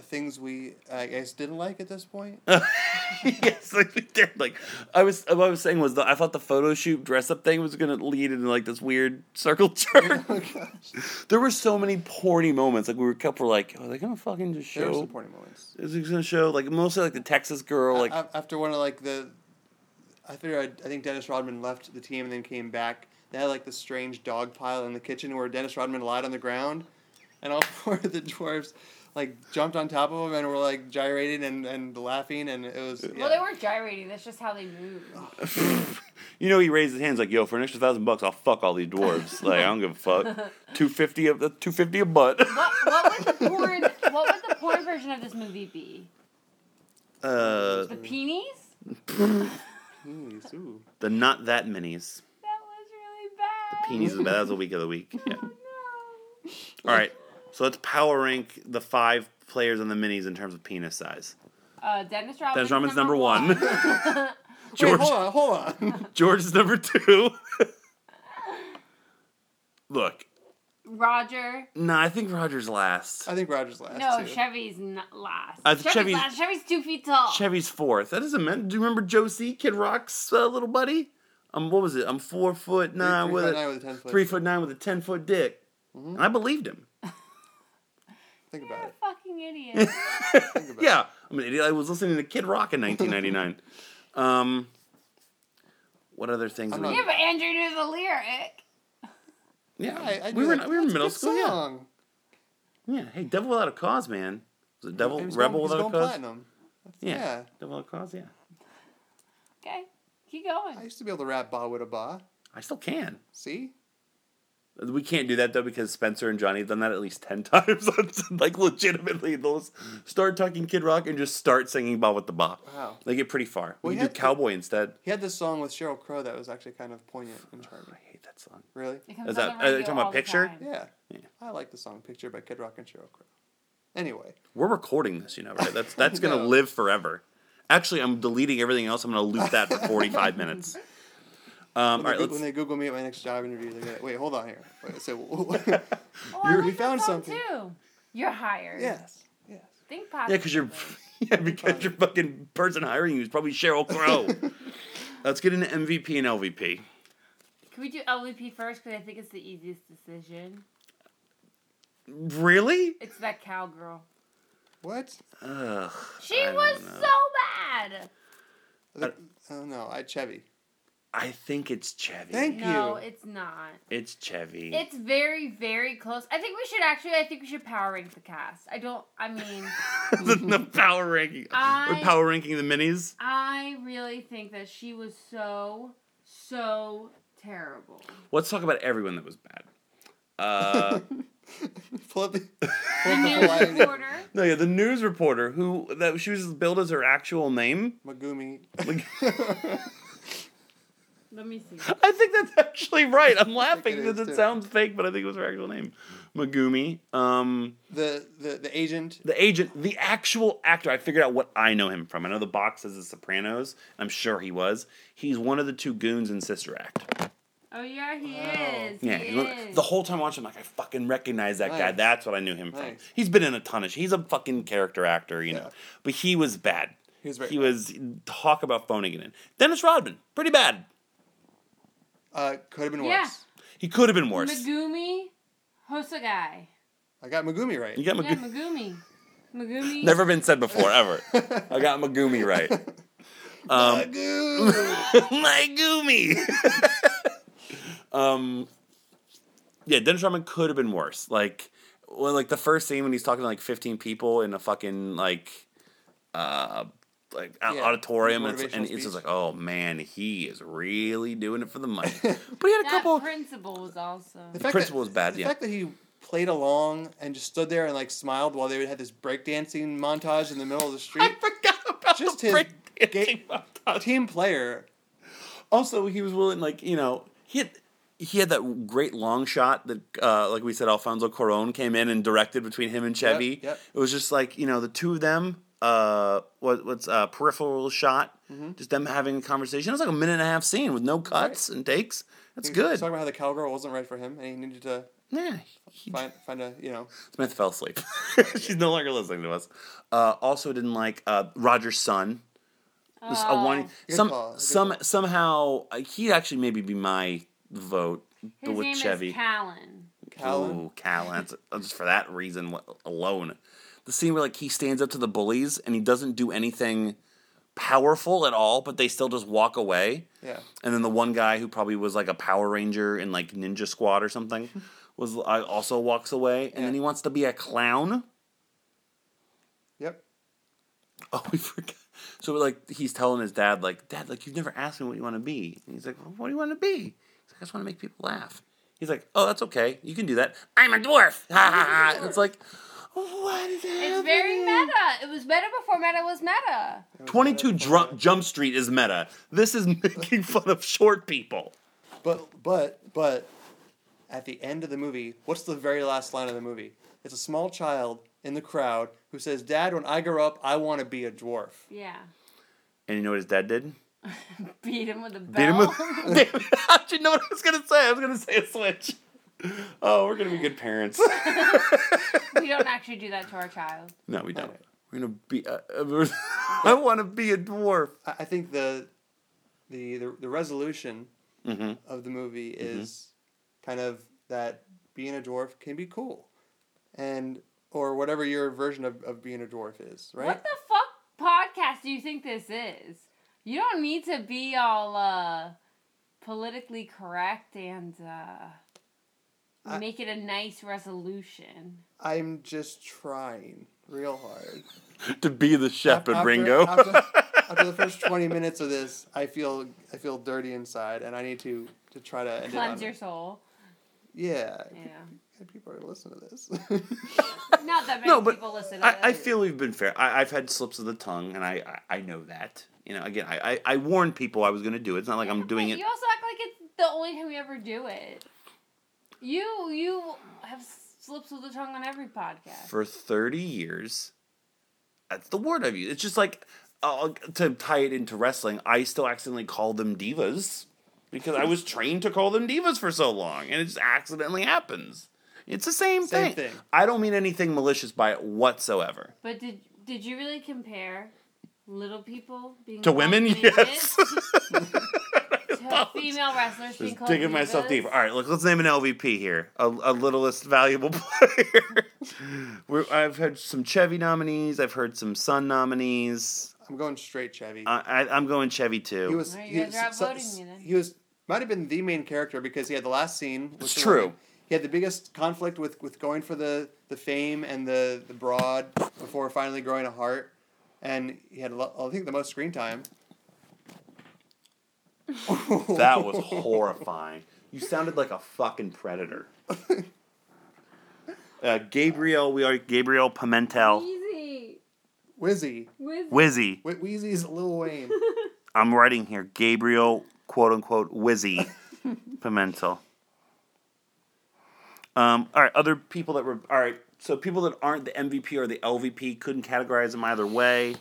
Speaker 4: Things we, I guess, didn't like at this point.
Speaker 2: yes, like we did. Like I was, what I was saying was that I thought the photo shoot dress up thing was gonna lead into like this weird circle jerk.
Speaker 4: oh, gosh.
Speaker 2: there were so many porny moments. Like we were kept, we're like, oh, are they gonna fucking just
Speaker 4: There were
Speaker 2: show?
Speaker 4: supporting moments.
Speaker 2: Is it gonna show like mostly like the Texas girl? Like
Speaker 4: A- after one of like the, I figure I, I think Dennis Rodman left the team and then came back. They had like this strange dog pile in the kitchen where Dennis Rodman lied on the ground, and all four of the dwarves like jumped on top of him and were like gyrating and, and laughing and it was. Yeah.
Speaker 3: Well, they were gyrating. That's just how they move.
Speaker 2: you know, he raised his hands like, yo, for an extra thousand bucks, I'll fuck all these dwarves. like I don't give a fuck. Two fifty a two fifty a butt.
Speaker 3: What, what would the porn? What would the porn version of this movie be?
Speaker 2: uh,
Speaker 3: The peenies?
Speaker 4: Jeez, ooh.
Speaker 2: the not that minis.
Speaker 3: That was really bad.
Speaker 2: Peenies is bad. That was a week of the week. Yeah.
Speaker 3: No.
Speaker 2: All right. So let's power rank the five players on the minis in terms of penis size.
Speaker 3: Uh, Dennis Rodman.
Speaker 2: Dennis Rodman's number one.
Speaker 4: Wait,
Speaker 2: George
Speaker 4: hold on, hold on.
Speaker 2: George is number two. Look,
Speaker 3: Roger.
Speaker 2: no, I think Roger's last.
Speaker 4: I think Rogers last.
Speaker 3: No,
Speaker 4: too.
Speaker 3: Chevy's not last.
Speaker 2: Uh,
Speaker 3: Chevy's
Speaker 2: Chevy's-
Speaker 3: last. Chevy's two feet tall.
Speaker 2: Chevy's fourth. That doesn't matter. Do you remember Josie, Kid Rock's uh, little buddy? Um, what was it? I'm four foot nine
Speaker 4: three
Speaker 2: with
Speaker 4: foot
Speaker 2: a
Speaker 4: nine with a 10 foot. Mm-hmm.
Speaker 2: three foot nine with a ten foot dick, and I believed him.
Speaker 4: Think
Speaker 3: You're
Speaker 4: about
Speaker 3: a
Speaker 4: it.
Speaker 3: fucking idiot.
Speaker 2: yeah, I'm an idiot. I was listening to Kid Rock in 1999. um, what other things?
Speaker 4: I'm
Speaker 2: we-
Speaker 4: not-
Speaker 3: yeah, but Andrew knew the lyric.
Speaker 2: yeah,
Speaker 4: I, I
Speaker 2: we
Speaker 4: do
Speaker 2: were
Speaker 4: that.
Speaker 2: we were in
Speaker 4: That's a
Speaker 2: middle
Speaker 4: good
Speaker 2: school. Yeah.
Speaker 4: song.
Speaker 2: Yeah, hey, Devil Without a Cause, man. Was it Devil
Speaker 4: He was
Speaker 2: Rebel
Speaker 4: going- he was
Speaker 2: Without a
Speaker 4: going
Speaker 2: Cause?
Speaker 4: platinum.
Speaker 2: Yeah.
Speaker 4: yeah.
Speaker 2: Devil Without a Cause, yeah.
Speaker 3: Okay, keep
Speaker 4: I
Speaker 3: going.
Speaker 4: used to be able to rap ba with a ba.
Speaker 2: I still can.
Speaker 4: See?
Speaker 2: We can't do that though because Spencer and Johnny have done that at least ten times. like legitimately, they'll s- start talking Kid Rock and just start singing "Bob with the Bob."
Speaker 4: Wow.
Speaker 2: They get pretty far.
Speaker 4: Well,
Speaker 2: we
Speaker 4: he
Speaker 2: can do
Speaker 4: had to-
Speaker 2: Cowboy instead.
Speaker 4: He had this song with Cheryl Crow that was actually kind of poignant and charming.
Speaker 2: I hate that song.
Speaker 4: Really?
Speaker 3: It comes
Speaker 2: Is
Speaker 3: on
Speaker 2: that-
Speaker 3: the
Speaker 2: are you
Speaker 3: radio
Speaker 2: talking about
Speaker 3: all the
Speaker 2: Picture?
Speaker 3: time.
Speaker 4: Yeah.
Speaker 2: Yeah.
Speaker 4: I like the song Picture by Kid Rock and Cheryl Crow. Anyway,
Speaker 2: We're recording this, you know, right? That's that's gonna
Speaker 4: No.
Speaker 2: live forever. Actually, I'm deleting everything else. I'm gonna loop that for 45 minutes. Um, all
Speaker 4: when,
Speaker 2: right,
Speaker 4: they, Goo-
Speaker 2: let's.
Speaker 4: when they Google me at my next job interview, they're gonna, wait, hold on here. Wait, so,
Speaker 3: Oh, I
Speaker 4: You're-
Speaker 3: like
Speaker 4: we
Speaker 3: that
Speaker 4: found
Speaker 3: song,
Speaker 4: something.
Speaker 3: Too. You're hired.
Speaker 4: yes, yes.
Speaker 3: Think positive.
Speaker 2: Yeah, because you're, yeah,
Speaker 4: Uh.
Speaker 2: because your fucking person hiring you is probably Cheryl Crow. Let's get into MVP and LVP.
Speaker 3: Can we do LVP first? Because I think it's the easiest decision.
Speaker 2: Really?
Speaker 3: It's that cowgirl.
Speaker 4: What?
Speaker 2: Ugh.
Speaker 3: She
Speaker 2: I don't
Speaker 3: was
Speaker 2: know.
Speaker 3: so bad.
Speaker 4: I think- oh no, I Chevy.
Speaker 2: I think it's Chevy.
Speaker 4: Thank
Speaker 3: No,
Speaker 4: you.
Speaker 3: it's not.
Speaker 2: it's Chevy.
Speaker 3: It's very, very close. I think we should actually. I think we should power rank the cast. I don't. I mean,
Speaker 2: the, the power ranking.
Speaker 3: I-
Speaker 2: We're power ranking the minis.
Speaker 3: I really think that she was so, so terrible.
Speaker 2: Let's talk about everyone that was bad. Uh,
Speaker 4: Pull up the, pull
Speaker 3: The
Speaker 4: up the
Speaker 3: news
Speaker 4: Hawaiian
Speaker 3: reporter.
Speaker 2: no, yeah, the news reporter who that she was billed as her actual name.
Speaker 4: Magumi.
Speaker 2: Like,
Speaker 3: Let me see.
Speaker 2: I think that's actually right. I'm laughing
Speaker 4: it
Speaker 2: because
Speaker 4: is,
Speaker 2: it
Speaker 4: too.
Speaker 2: sounds fake, but I think it was her actual name, Magumi. Um,
Speaker 4: The, the the agent.
Speaker 2: the agent, the actual actor, I figured out what I know him from. I know the box is The Sopranos. I'm sure he was. He's one of the two goons in Sister Act.
Speaker 3: Oh yeah, he
Speaker 4: Wow.
Speaker 3: is.
Speaker 2: Yeah,
Speaker 3: he
Speaker 2: he's one-
Speaker 3: is.
Speaker 2: the whole time watching, I'm like, I fucking recognize that guy.
Speaker 4: Nice.
Speaker 2: That's what I knew him from.
Speaker 4: Nice.
Speaker 2: He's been in a ton of. Sh- he's a fucking character actor, you know.
Speaker 4: Yeah.
Speaker 2: But he was bad.
Speaker 4: He was very
Speaker 2: He
Speaker 4: bad.
Speaker 2: was talk about phoning it in. Dennis Rodman, pretty bad.
Speaker 4: Uh, could have been worse.
Speaker 3: Yeah.
Speaker 2: He could have been worse.
Speaker 3: Megumi Hosogai.
Speaker 4: I got Magumi right.
Speaker 2: you got
Speaker 3: Yeah,
Speaker 2: Magoo.
Speaker 3: Megumi. Megumi.
Speaker 2: Never been said before ever. I got Magumi right. Um,
Speaker 4: Magoo.
Speaker 2: my Gumi. um, yeah, Dennis Rodman could have been worse. Like, well, like the first scene when he's talking to like fifteen people in a fucking like, uh, like au-
Speaker 4: Yeah,
Speaker 2: auditorium, and it's,
Speaker 4: motivational
Speaker 2: and it's just like,
Speaker 4: speech.
Speaker 2: oh man, he is really doing it for the money. but he had a
Speaker 3: That
Speaker 2: couple.
Speaker 3: principal was also.
Speaker 4: The fact
Speaker 2: principal
Speaker 4: that,
Speaker 2: is bad,
Speaker 4: The
Speaker 2: yeah.
Speaker 4: fact that he played along and just stood there and like smiled while they would have this breakdancing montage in the middle of the street.
Speaker 2: I forgot about
Speaker 4: Just
Speaker 2: the
Speaker 4: his
Speaker 2: breakdancing
Speaker 4: gay-
Speaker 2: montage.
Speaker 4: team player.
Speaker 2: Also, he was willing, like you know, he had he had that great long shot that, uh, like we said, Alfonso Cuarón came in and directed between him and Chevy.
Speaker 4: yep.
Speaker 2: It was just like you know the two of them. Uh, what what's a peripheral shot?
Speaker 4: Mm-hmm.
Speaker 2: Just them having a conversation. It was like a minute and a half scene with no cuts and takes. That's
Speaker 4: He was
Speaker 2: good.
Speaker 4: Talking about how the cowgirl wasn't right for him and he needed to
Speaker 2: Yeah, he-
Speaker 4: find find a you know
Speaker 2: Smith fell asleep. She's no longer listening to us. Uh, also, didn't like uh, Roger's son. Was a
Speaker 3: Oh.
Speaker 2: one-
Speaker 4: Good
Speaker 2: some
Speaker 4: call, good
Speaker 2: some
Speaker 4: call.
Speaker 2: somehow uh, he'd actually maybe be my vote
Speaker 3: His
Speaker 2: with
Speaker 3: name
Speaker 2: Chevy.
Speaker 3: is Callan.
Speaker 4: Callan.
Speaker 2: Ooh, Callan. That's- uh, Just for that reason wa- alone, the scene where like he stands up to the bullies and he doesn't do anything powerful at all, but they still just walk away.
Speaker 4: Yeah.
Speaker 2: And then the one guy who probably was like a Power Ranger in like Ninja Squad or something was I also walks away, and
Speaker 4: Yeah.
Speaker 2: then he wants to be a clown.
Speaker 4: Yep.
Speaker 2: Oh, we forgot. So like he's telling his dad, like, Dad, like you've never asked me what you want to be. And he's like, well, What do you want to be? He's like, I just want to make people laugh. He's like, Oh, that's okay. You can do that. I'm a dwarf. Ha ha ha. And It's like, What is happening?
Speaker 3: It's very meta. It was meta before meta was meta.
Speaker 2: Twenty two dr- Jump Street is meta. This is making fun of short people.
Speaker 4: But but but at the end of the movie, what's the very last line of the movie? It's a small child in the crowd who says, "Dad, when I grow up, I want to be a dwarf."
Speaker 3: Yeah.
Speaker 2: And you know what his dad did?
Speaker 3: Beat him with a bell.
Speaker 2: Beat him with. Damn, how'd you know what I was gonna say? I was gonna say a switch. Oh, we're gonna be good parents.
Speaker 3: we don't actually do that to our child.
Speaker 2: No, we don't.
Speaker 4: Alright.
Speaker 2: We're gonna be. Uh, uh, I want to be a dwarf.
Speaker 4: I, I think the the the, the resolution of the movie is kind of that being a dwarf can be cool, and or whatever your version of, of being a dwarf is, right?
Speaker 3: What the fuck podcast do you think this is? You don't need to be all uh, politically correct and uh,
Speaker 4: I-
Speaker 3: make it a nice resolution.
Speaker 4: I'm just trying real hard.
Speaker 2: to be the shepherd,
Speaker 4: After-
Speaker 2: Ringo.
Speaker 4: After, after the first twenty minutes of this, I feel I feel dirty inside, and I need to to try to end it on-
Speaker 3: Cleanse your soul.
Speaker 4: Yeah,
Speaker 3: Yeah.
Speaker 4: people are listening to this.
Speaker 3: Not that many
Speaker 2: no, but
Speaker 3: people listen to
Speaker 2: I, I
Speaker 3: this.
Speaker 2: feel we've been fair. I, I've had slips of the tongue, and I, I, I know that. You know, again, I, I, I warned people I was going to do it. It's not like I'm doing
Speaker 3: But
Speaker 2: it.
Speaker 3: You also act like it's the only time you ever do it. You you have slips of the tongue on every podcast.
Speaker 2: for 30 years. That's the word I've used. It's just like, uh, to tie it into wrestling, I still accidentally call them divas because I was trained to call them divas for so long, and it just accidentally happens. It's the same,
Speaker 4: Same thing.
Speaker 2: I don't mean anything malicious by it whatsoever.
Speaker 3: But did did you really compare little people being
Speaker 2: To
Speaker 3: called
Speaker 2: women,
Speaker 3: divas
Speaker 2: yes.
Speaker 3: to female wrestlers being
Speaker 2: Just
Speaker 3: called
Speaker 2: digging myself
Speaker 3: divas?
Speaker 2: deep. All right, look, let's name an LVP here, a, a littlest valuable player. We're, I've heard some Chevy nominees. I've heard some Sun nominees.
Speaker 4: I'm going straight Chevy.
Speaker 2: I, I, I'm going Chevy too.
Speaker 4: he was.
Speaker 3: Alright,
Speaker 4: he,
Speaker 3: you guys are
Speaker 4: so-
Speaker 3: outvoting
Speaker 4: so-
Speaker 3: me then.
Speaker 4: He was might have been the main character because he had the last scene. with
Speaker 2: It's
Speaker 4: the
Speaker 2: true.
Speaker 4: woman. He had the biggest conflict with, with going for the, the fame and the, the broad before finally growing a heart, and he had a lo- I think the most screen time.
Speaker 2: that was horrifying. You sounded like a fucking predator. Uh, Gabriel, we are Gabriel Pimentel.
Speaker 3: Easy.
Speaker 4: Wizzy,
Speaker 3: With
Speaker 2: Wizzy.
Speaker 4: Wh- Wheezy's Lil Wayne.
Speaker 2: I'm writing here Gabriel, quote unquote, Wizzy Pimentel. Um, all right, other people that were all right. So people that aren't the MVP or the LVP couldn't categorize them either way.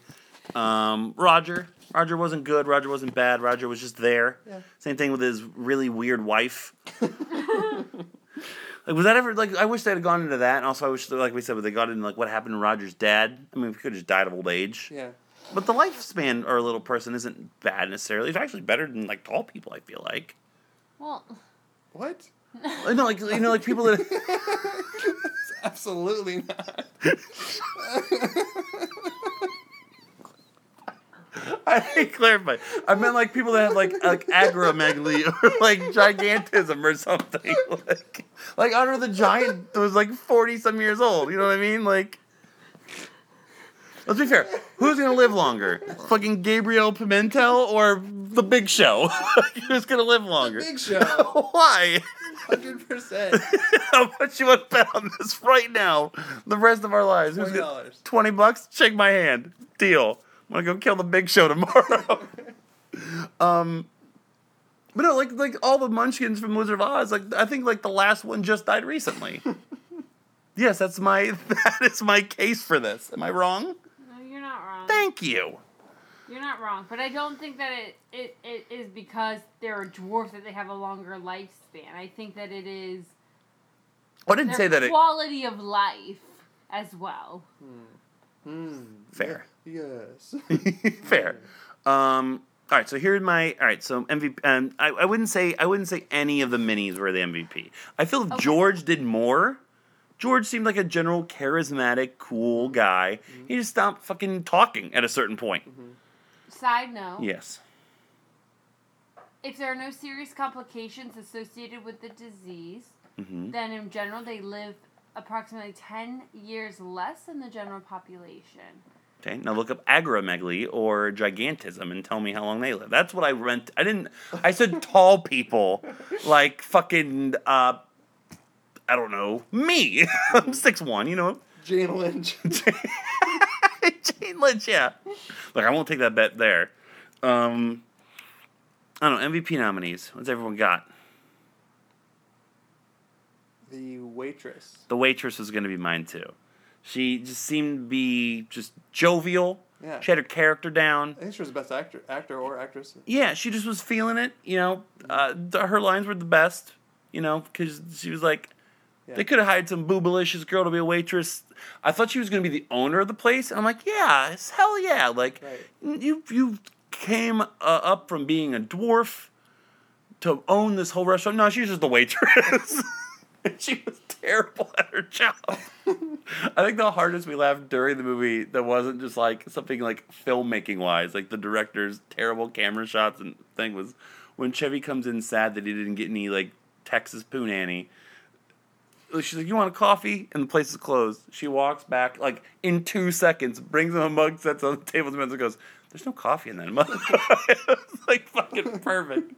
Speaker 2: Um, Roger, Roger wasn't good. Roger wasn't bad. Roger was just there.
Speaker 4: Yeah.
Speaker 2: Same thing with his really weird wife. like, was that ever like? I wish they had gone into that. And also, I wish, like we said, they got into like what happened to Roger's dad. I mean, we could have just died of old age.
Speaker 4: Yeah,
Speaker 2: But the lifespan or a little person isn't bad necessarily. It's actually better than like tall people. I feel like.
Speaker 3: well,
Speaker 4: what?
Speaker 2: You know, like you know, like people that.
Speaker 4: Absolutely not.
Speaker 2: I didn't clarify. I meant like people that have like like agromegaly or like gigantism or something. Like, Like Honor the Giant was like forty some years old. You know what I mean? Like, let's be fair. Who's gonna live longer? Fucking Gabriel Pimentel or the Big Show? Who's gonna live longer?
Speaker 4: Big Show,
Speaker 2: Why?
Speaker 4: hundred percent.
Speaker 2: How much you want to bet on this right now? The rest of our lives. Who's
Speaker 4: Twenty
Speaker 2: gonna-
Speaker 4: dollars.
Speaker 2: Twenty bucks? Shake my hand. Deal. I'm gonna go kill the big show tomorrow. um But no, like like all the munchkins from Wizard of Oz, like I think like the last one just died recently. yes, that's my that is my case for this. Am I wrong?
Speaker 3: No, you're not wrong.
Speaker 2: Thank you.
Speaker 3: You're not wrong, but I don't think that it, it, it is because they're a dwarf that they have a longer lifespan. I think that it is
Speaker 2: Oh, I didn't
Speaker 3: their
Speaker 2: say that it
Speaker 3: quality of life as well.
Speaker 2: fair.
Speaker 4: Yes.
Speaker 2: Fair. Um, all right, so here's my all right. So MVP. Um, I, I wouldn't say I wouldn't say any of the minis were the MVP. I feel if
Speaker 3: Okay.
Speaker 2: George did more. George seemed like a general charismatic, cool guy. He just stopped fucking talking at a certain point.
Speaker 3: Side note,
Speaker 2: Yes.
Speaker 3: if there are no serious complications associated with the disease,
Speaker 2: hmm
Speaker 3: then in general they live approximately 10 years less than the general population.
Speaker 2: Okay. Now look up agoramegaly or gigantism and tell me how long they live. That's what I meant. I didn't. I said tall people, like fucking. Uh, I don't know me. I'm six one. You know.
Speaker 4: Jane Lynch.
Speaker 2: Jane Lynch, yeah. Look, I won't take that bet there. Um, I don't know, MVP nominees. What's everyone got?
Speaker 4: the waitress.
Speaker 2: The waitress was going to be mine too. She just seemed to be just jovial.
Speaker 4: Yeah.
Speaker 2: She had her character down.
Speaker 4: I think she was the best actor, actor or actress.
Speaker 2: Yeah, she just was feeling it. You know, uh, th- her lines were the best. You know, because she was like,
Speaker 4: Yeah.
Speaker 2: they could have hired some boobalicious girl to be a waitress. I thought she was going to be the owner of the place, and I'm like, yeah, it's- hell yeah! Like,
Speaker 4: Right.
Speaker 2: you you came uh, up from being a dwarf to own this whole restaurant. No, she was just the waitress. And she was terrible at her job. I think the hardest we laughed during the movie that wasn't just like something like filmmaking wise, like the director's terrible camera shots and thing was when Chevy comes in sad that he didn't get any like Texas poo nanny. She's like, "You want a coffee?" And the place is closed. She walks back like in two seconds, brings him a mug, sets it on the table, and goes, "There's no coffee in that mug." it's like fucking perfect.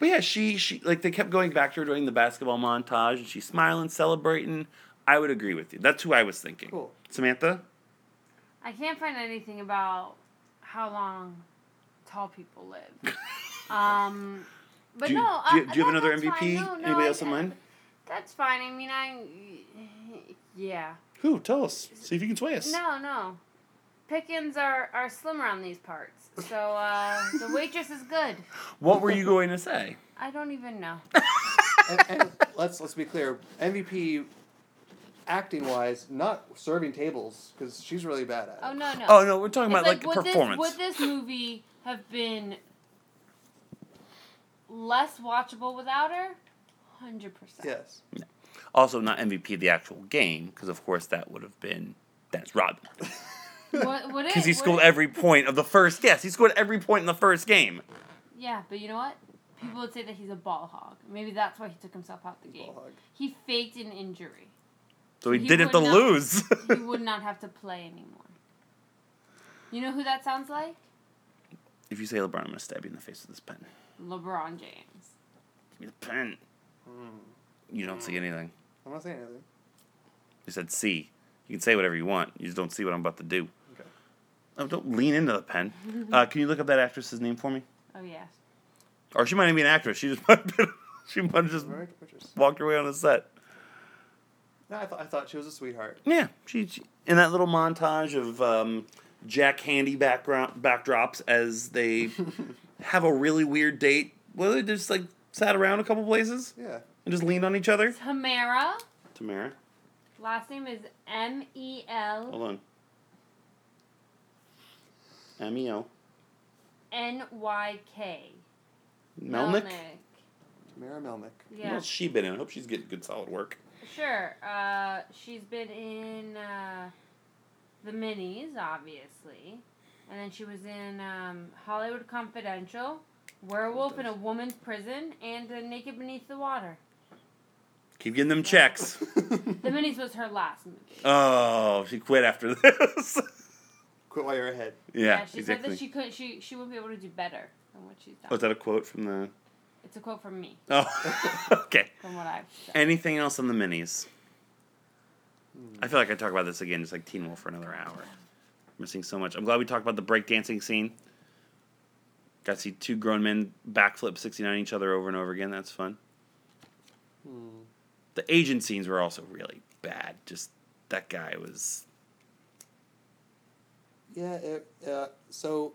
Speaker 2: But yeah, she she like they kept going back to her during the basketball montage, and she's smiling, celebrating. I would agree with you. That's who I was thinking.
Speaker 4: Cool.
Speaker 2: Samantha.
Speaker 3: I can't find anything about how long tall people live. um, but
Speaker 2: do you,
Speaker 3: no,
Speaker 2: do you,
Speaker 3: uh,
Speaker 2: do you have
Speaker 3: no,
Speaker 2: another
Speaker 3: that's
Speaker 2: MVP?
Speaker 3: fine. No, no,
Speaker 2: Anybody
Speaker 3: I-
Speaker 2: else in
Speaker 3: I-
Speaker 2: mind?
Speaker 3: That's fine. I mean, I yeah.
Speaker 2: Who? Tell us. See if you can sway us.
Speaker 3: No, no. Pickens are are slimmer on these parts, so uh, the waitress is good.
Speaker 2: What were you going to say?
Speaker 3: I don't even know.
Speaker 4: and, and let's let's be clear. MVP acting wise, not serving tables because she's really bad at it.
Speaker 3: Oh no, no.
Speaker 2: Oh no, we're talking
Speaker 3: It's
Speaker 2: about like,
Speaker 3: would
Speaker 2: performance.
Speaker 3: This, would this movie have been less watchable without her? Hundred percent.
Speaker 4: Yes.
Speaker 2: Also, not MVP of the actual game, because of course that would have been Dennis Rodman.
Speaker 3: What, what
Speaker 2: Because he
Speaker 3: it- what
Speaker 2: scored
Speaker 3: it-
Speaker 2: every point of the first. Yes, he scored every point in the first game.
Speaker 3: Yeah, but you know what? People would say that he's a ball hog. Maybe that's why he took himself out the game.
Speaker 4: Ball hog.
Speaker 3: He faked an injury.
Speaker 2: So he,
Speaker 3: He
Speaker 2: didn't have to
Speaker 3: would not-
Speaker 2: lose.
Speaker 3: He would not have to play anymore. You know who that sounds like?
Speaker 2: if you say LeBron, I'm gonna stab you in the face with this pen.
Speaker 3: LeBron James.
Speaker 2: Give me the pen. You don't see anything.
Speaker 4: I'm not saying anything.
Speaker 2: You said see. You can say whatever you want. You just don't see what I'm about to do.
Speaker 4: Okay.
Speaker 2: Oh, don't lean into the pen. Uh, can you look up that actress's name for me?
Speaker 3: Oh yes.
Speaker 2: Or she might not be an actress. She just might have been, she might have just
Speaker 4: All right, waitress.
Speaker 2: walked her way on the set.
Speaker 4: No, I thought I thought she was a sweetheart.
Speaker 2: Yeah, she, she in that little montage of um, Jack Handy background backdrops as they have a really weird date. Well, they just like sat around a couple places
Speaker 4: Yeah.
Speaker 2: and just leaned on each other.
Speaker 3: Tamara.
Speaker 2: Tamara,
Speaker 3: Last name is M E L
Speaker 2: hold on. M E O
Speaker 3: N Y K.
Speaker 2: Melnick.
Speaker 4: Mira Melnick.
Speaker 2: What
Speaker 3: Yeah.
Speaker 2: else she been in? I hope she's getting good solid work.
Speaker 3: Sure. Uh, she's been in uh, the Minis, obviously, and then she was in um, Hollywood Confidential, Werewolf in a Woman's Prison, and uh, Naked Beneath the Water.
Speaker 2: Keep getting them checks.
Speaker 3: The Minis was her last movie.
Speaker 2: Oh, she quit after this.
Speaker 4: Quit while you're ahead.
Speaker 2: yeah,
Speaker 3: she said
Speaker 2: exactly.
Speaker 3: that she could she she wouldn't be able to do better than what she's done.
Speaker 2: Was that a quote from the?
Speaker 3: It's a quote from me,
Speaker 2: Oh, okay.
Speaker 3: from what I've said.
Speaker 2: Anything else on the minis? I feel like I talk about this again, just like Teen Wolf for another hour. Missing so much. I'm glad we talked about the breakdancing scene. Got to see two grown men backflip 69 each other over and over again. That's fun. The agent scenes were also really bad. Just that guy was.
Speaker 4: Yeah. It, uh, so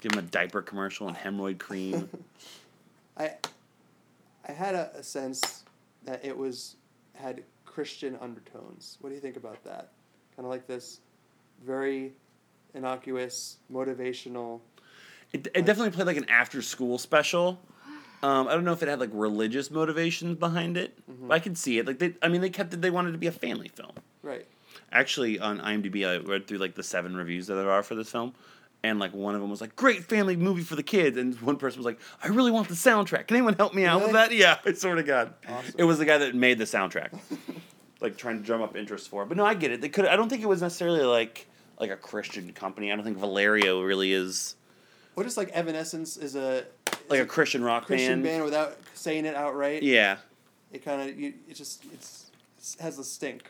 Speaker 2: Give him a diaper commercial and hemorrhoid cream.
Speaker 4: I I had a, a sense that it was had Christian undertones. What do you think about that? Kind of like this very innocuous, motivational.
Speaker 2: It, it definitely played like an after school special. Um, I don't know if it had like religious motivations behind it. But I could see it. Like they, I mean, they kept it. They wanted it to be a family film.
Speaker 4: Right.
Speaker 2: Actually, on IMDb, I read through like the seven reviews that there are for this film, and like one of them was like, "Great family movie for the kids," and one person was like, "I really want the soundtrack. Can anyone help me out with
Speaker 4: Really?
Speaker 2: that?" Yeah, I swear to God,
Speaker 4: Awesome.
Speaker 2: it was the guy that made the soundtrack, like trying to drum up interest for. it. But no, I get it. They could. I don't think it was necessarily like like a Christian company. I don't think Valerio really is
Speaker 4: Or just like Evanescence is a
Speaker 2: like a Christian rock
Speaker 4: Christian band without saying it outright.
Speaker 2: Yeah.
Speaker 4: It kind of you. It just it's it has a stink.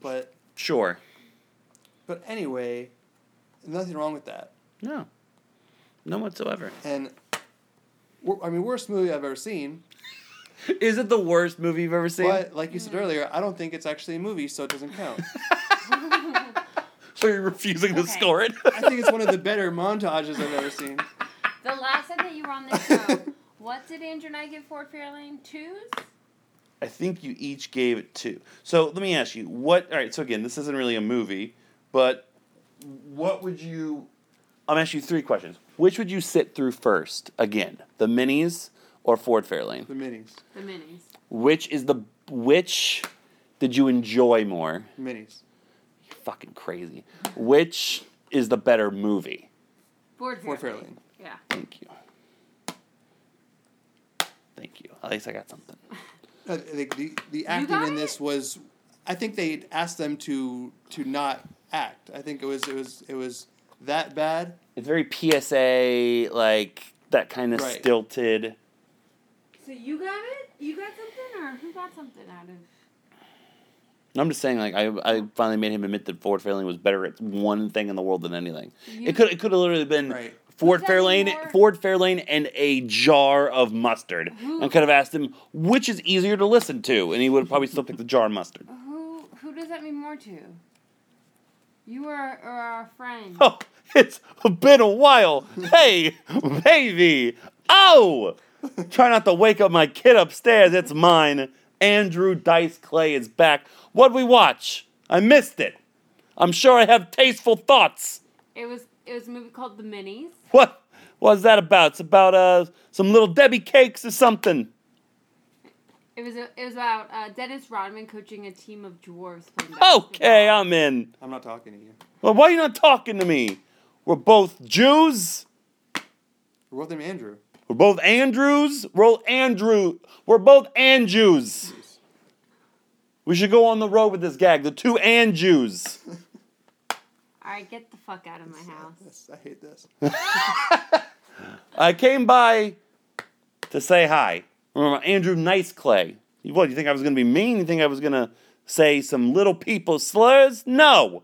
Speaker 4: But
Speaker 2: Sure.
Speaker 4: but anyway, nothing wrong with that.
Speaker 2: No. None whatsoever.
Speaker 4: And wor- I mean, worst movie I've ever seen.
Speaker 2: Is it the worst movie you've ever seen?
Speaker 4: But like you said earlier, I don't think it's actually a movie, so it doesn't count.
Speaker 2: So you're refusing to
Speaker 3: Okay.
Speaker 2: score it?
Speaker 4: I think it's one of the better montages I've ever seen.
Speaker 3: The last time that you were on the show, what did Andrew and I give Ford Fairlane? Twos?
Speaker 2: I think you each gave it two. So let me ask you, what all right, so again, this isn't really a movie, but what would you I'm gonna ask you three questions. Which would you sit through first? Again, the minis or Ford Fairlane?
Speaker 4: The minis,
Speaker 3: The Minis.
Speaker 2: Which is the which did you enjoy more?
Speaker 4: minis.
Speaker 2: Fucking crazy. Which is the better movie?
Speaker 3: Ford Fairlane.
Speaker 4: Ford Fairlane.
Speaker 3: Yeah.
Speaker 2: Thank you. Thank you. At least I got something.
Speaker 4: Uh, the, the, the acting
Speaker 3: got
Speaker 4: in this
Speaker 3: it?
Speaker 4: was, I think they asked them to to not act. I think it was it was it was that bad.
Speaker 2: It's very PSA, like that kind of
Speaker 4: Right.
Speaker 2: stilted.
Speaker 3: So you got it? You got something, or who got something out of?
Speaker 2: I'm just saying, like I, I finally made him admit that Ford Fairlane was better at one thing in the world than anything.
Speaker 3: You-
Speaker 2: It could it could have literally been
Speaker 4: Right.
Speaker 2: Ford
Speaker 3: Who's got any
Speaker 2: Fairlane,
Speaker 3: more-
Speaker 2: Ford Fairlane, and a jar of mustard,
Speaker 3: Who-
Speaker 2: and could have asked him which is easier to listen to, and he would have probably still picked the jar of mustard.
Speaker 3: Who who does that mean more to? You or, or our friend?
Speaker 2: Oh, it's been a while. Hey, baby. Oh, try not to wake up my kid upstairs. It's mine. Andrew Dice Clay is back. What we watch? I missed it. I'm sure I have tasteful thoughts.
Speaker 3: It was it was a movie called The Minis.
Speaker 2: What was that about? It's about uh some little Debbie cakes or something.
Speaker 3: It was a, it was about uh, Dennis Rodman coaching a team of dwarves playing basketball.
Speaker 2: Okay, I'm in.
Speaker 4: I'm not talking to you.
Speaker 2: Well, why are you not talking to me? We're both Jews.
Speaker 4: We're both named Andrew.
Speaker 2: We're both Andrews. We're both Andrew. We're both Andrews. We should go on the road with this gag. The two Andrews.
Speaker 3: All right, get the fuck out of my house.
Speaker 4: Yes, I hate this.
Speaker 2: I came by to say hi. Remember Andrew Nice Clay. You- What, you think I was gonna be mean? You think I was gonna say some little people slurs? No.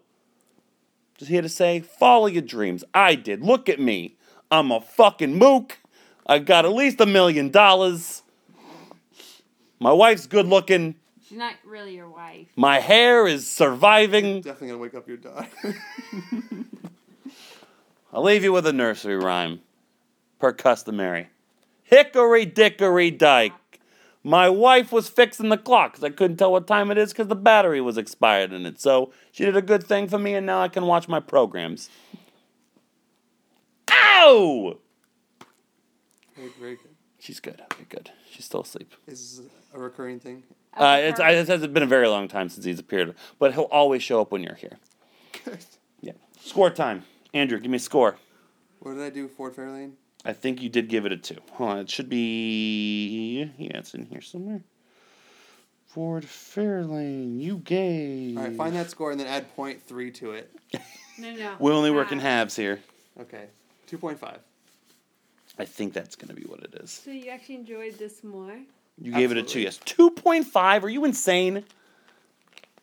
Speaker 2: Just here to say, follow your dreams. I did. Look at me. I'm a fucking mook. I got at least a million dollars. My wife's good looking.
Speaker 3: She's not really your wife.
Speaker 2: My hair is surviving.
Speaker 4: Definitely gonna wake up your dog.
Speaker 2: I'll leave you with a nursery rhyme, per customary. Hickory dickory dike. My wife was fixing the clock 'cause I couldn't tell what time it is because the battery was expired in it. So she did a good thing for me, and now I can watch my programs. Ow!
Speaker 4: very, very good.
Speaker 2: She's good. Okay, good. She's still asleep.
Speaker 4: Is this a recurring thing?
Speaker 2: Uh, it's, I, it hasn't been a very long time since he's appeared, but he'll always show up when you're here. Yeah. Score time. Andrew, give me a score.
Speaker 4: What did I do? Ford Fairlane.
Speaker 2: I think you did give it a two. Hold on, it should be yeah, it's in here somewhere. Ford Fairlane, you gay.
Speaker 4: All right, find that score and then add point three to it.
Speaker 3: No, no. Uh,
Speaker 2: We only work in
Speaker 3: half.
Speaker 2: halves here.
Speaker 4: Okay, two point five.
Speaker 2: I think that's going to be what it is.
Speaker 3: So you actually enjoyed this more?
Speaker 2: You gave it a two.
Speaker 4: Absolutely.
Speaker 2: Yes, two point five. Are you insane?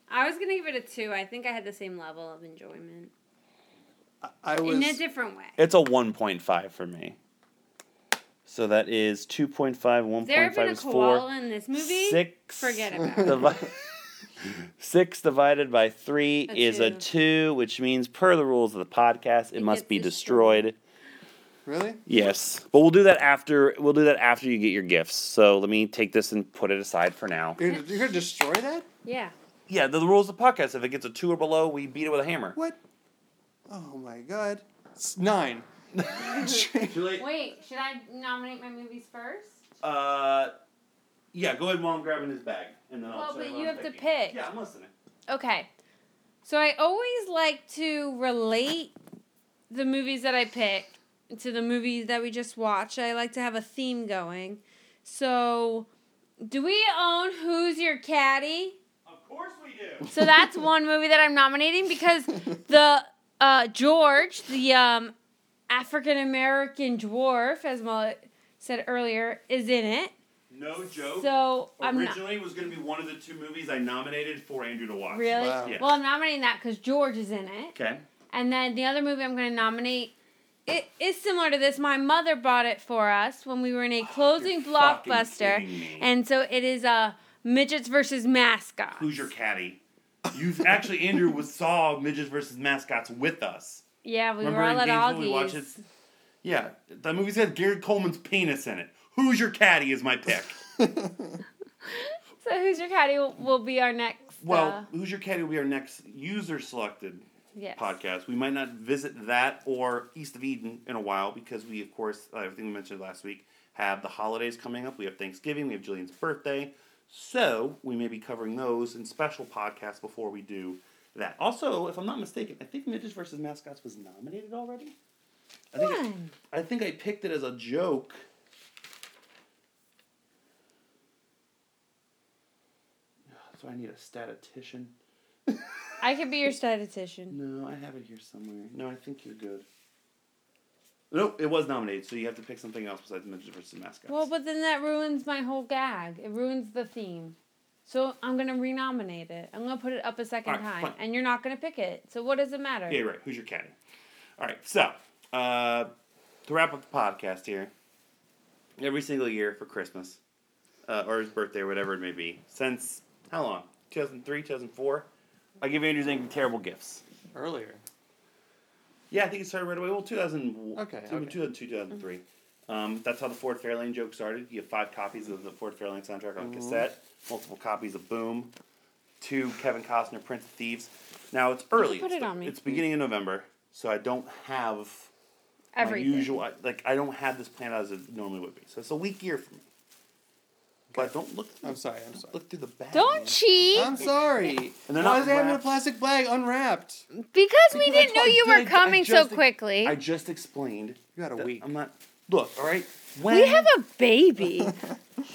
Speaker 3: I was gonna give it a two. I think I had the same level of enjoyment
Speaker 4: I was
Speaker 3: in a different way.
Speaker 2: It's a one point five for me. So that is 2.5, 1.5
Speaker 3: There have been a
Speaker 2: is four.
Speaker 3: koala in this movie.
Speaker 2: Six.
Speaker 3: Forget about it.
Speaker 2: divi- six divided by three
Speaker 3: A
Speaker 2: is a two, which means per the rules of the podcast, it,
Speaker 3: It
Speaker 2: must
Speaker 3: gets
Speaker 2: be
Speaker 3: destroyed.
Speaker 2: destroyed.
Speaker 4: really.
Speaker 2: Yes, but we'll do that after. We'll do that after you get your gifts. So let me take this and put it aside for now.
Speaker 4: You're, gonna- you're gonna destroy that?
Speaker 3: Yeah.
Speaker 2: Yeah, the, the rules of the podcast. If it gets a two or below, we beat it with a hammer.
Speaker 4: What? Oh my god! It's nine.
Speaker 2: Too late.
Speaker 3: Wait, should I nominate my movies first?
Speaker 2: Uh, yeah, go ahead while I'm grabbing his bag, and then
Speaker 3: Well,
Speaker 2: tell
Speaker 3: but
Speaker 2: what
Speaker 3: you
Speaker 2: I'm
Speaker 3: have to
Speaker 2: picking.
Speaker 3: pick.
Speaker 2: I'm listening.
Speaker 3: Okay. So I always like to relate the movies that I pick to the movies that we just watched. I like to have a theme going. So, do we own Who's Your Caddy?
Speaker 2: Of course we do.
Speaker 3: So that's one movie that I'm nominating because the uh, George, the um, African American dwarf, as Molly said earlier, is in it.
Speaker 2: No joke.
Speaker 3: So I'm not
Speaker 2: Originally was going to be one of the two movies I nominated for Andrew to watch.
Speaker 3: really.
Speaker 4: Wow.
Speaker 2: Yeah.
Speaker 3: Well, I'm nominating that because George is in it.
Speaker 2: Okay.
Speaker 3: And then the other movie I'm going to nominate it is similar to this. My mother bought it for us when we were in a closing
Speaker 2: Oh, You're fucking
Speaker 3: blockbuster,
Speaker 2: kidding me.
Speaker 3: and so it is uh, midgets versus mascots.
Speaker 2: Who's your caddy? You actually Andrew was saw midgets versus mascots with us.
Speaker 3: Yeah, we
Speaker 2: Remember
Speaker 3: were
Speaker 2: in
Speaker 3: all at
Speaker 2: Gainesville we watched
Speaker 3: Augie's.
Speaker 2: it? Yeah, that movie's got Gary Coleman's penis in it. Who's your caddy is my pick.
Speaker 3: So who's your caddy will, will be our next. uh,
Speaker 2: Well, who's your caddy will be our next user selected
Speaker 3: yes.
Speaker 2: podcast. We might not visit that or East of Eden in a while because we, of course, uh, everything we mentioned last week, have the holidays coming up. We have Thanksgiving, we have Jillian's birthday. So we may be covering those in special podcasts before we do that. Also, if I'm not mistaken, I think Midgets versus Mascots was nominated already. I think,
Speaker 3: One.
Speaker 2: I think I picked it as a joke. So I need a statistician.
Speaker 3: I could be your statistician.
Speaker 2: No, I have it here somewhere. No, I think you're good. Nope, it was nominated, so you have to pick something else besides Midget versus Mascots.
Speaker 3: Well, but then that ruins my whole gag. It ruins the theme. So I'm gonna renominate it. I'm gonna put it up a second
Speaker 2: All right,
Speaker 3: time,
Speaker 2: fine.
Speaker 3: and you're not gonna pick it. So what does it matter?
Speaker 2: yeah, you're right. Who's your caddy? All right, so uh, to wrap up the podcast here, every single year for Christmas uh, or his birthday or whatever it may be, since how long? 2003, 2004. I give Andrew Zang terrible gifts.
Speaker 4: Earlier.
Speaker 2: Yeah, I think it started right away. Well, 2000,
Speaker 4: Okay,
Speaker 2: two-
Speaker 4: okay.
Speaker 2: 2002, 2003. Um, that's how the Ford Fairlane joke started. You have five copies of the Ford Fairlane soundtrack
Speaker 4: Mm-hmm.
Speaker 2: on cassette, multiple copies of Boom, two Kevin Costner Prince of Thieves. Now it's early.
Speaker 3: put
Speaker 2: it's,
Speaker 3: it
Speaker 2: the-
Speaker 3: on me.
Speaker 2: it's beginning of November, so I don't have
Speaker 3: Everything.
Speaker 2: my usual. I- Like I don't have this planned out as it normally would be. So it's a weak year for me. But don't look. Through,
Speaker 4: I'm sorry. I'm sorry.
Speaker 2: Look through the bag.
Speaker 3: Don't
Speaker 2: man.
Speaker 3: cheat
Speaker 4: I'm sorry.
Speaker 2: And they're
Speaker 4: Why
Speaker 2: not
Speaker 4: does it have in a
Speaker 2: wrapped.
Speaker 4: plastic bag unwrapped?
Speaker 3: because we
Speaker 2: Because
Speaker 3: didn't
Speaker 2: that's
Speaker 3: know
Speaker 2: what I
Speaker 3: you were
Speaker 2: did. I
Speaker 3: coming so
Speaker 2: just-
Speaker 3: quickly.
Speaker 2: I just explained.
Speaker 4: You got a
Speaker 2: that
Speaker 4: week.
Speaker 2: I'm not. Look, all right. When
Speaker 3: we have a baby.
Speaker 2: Uh,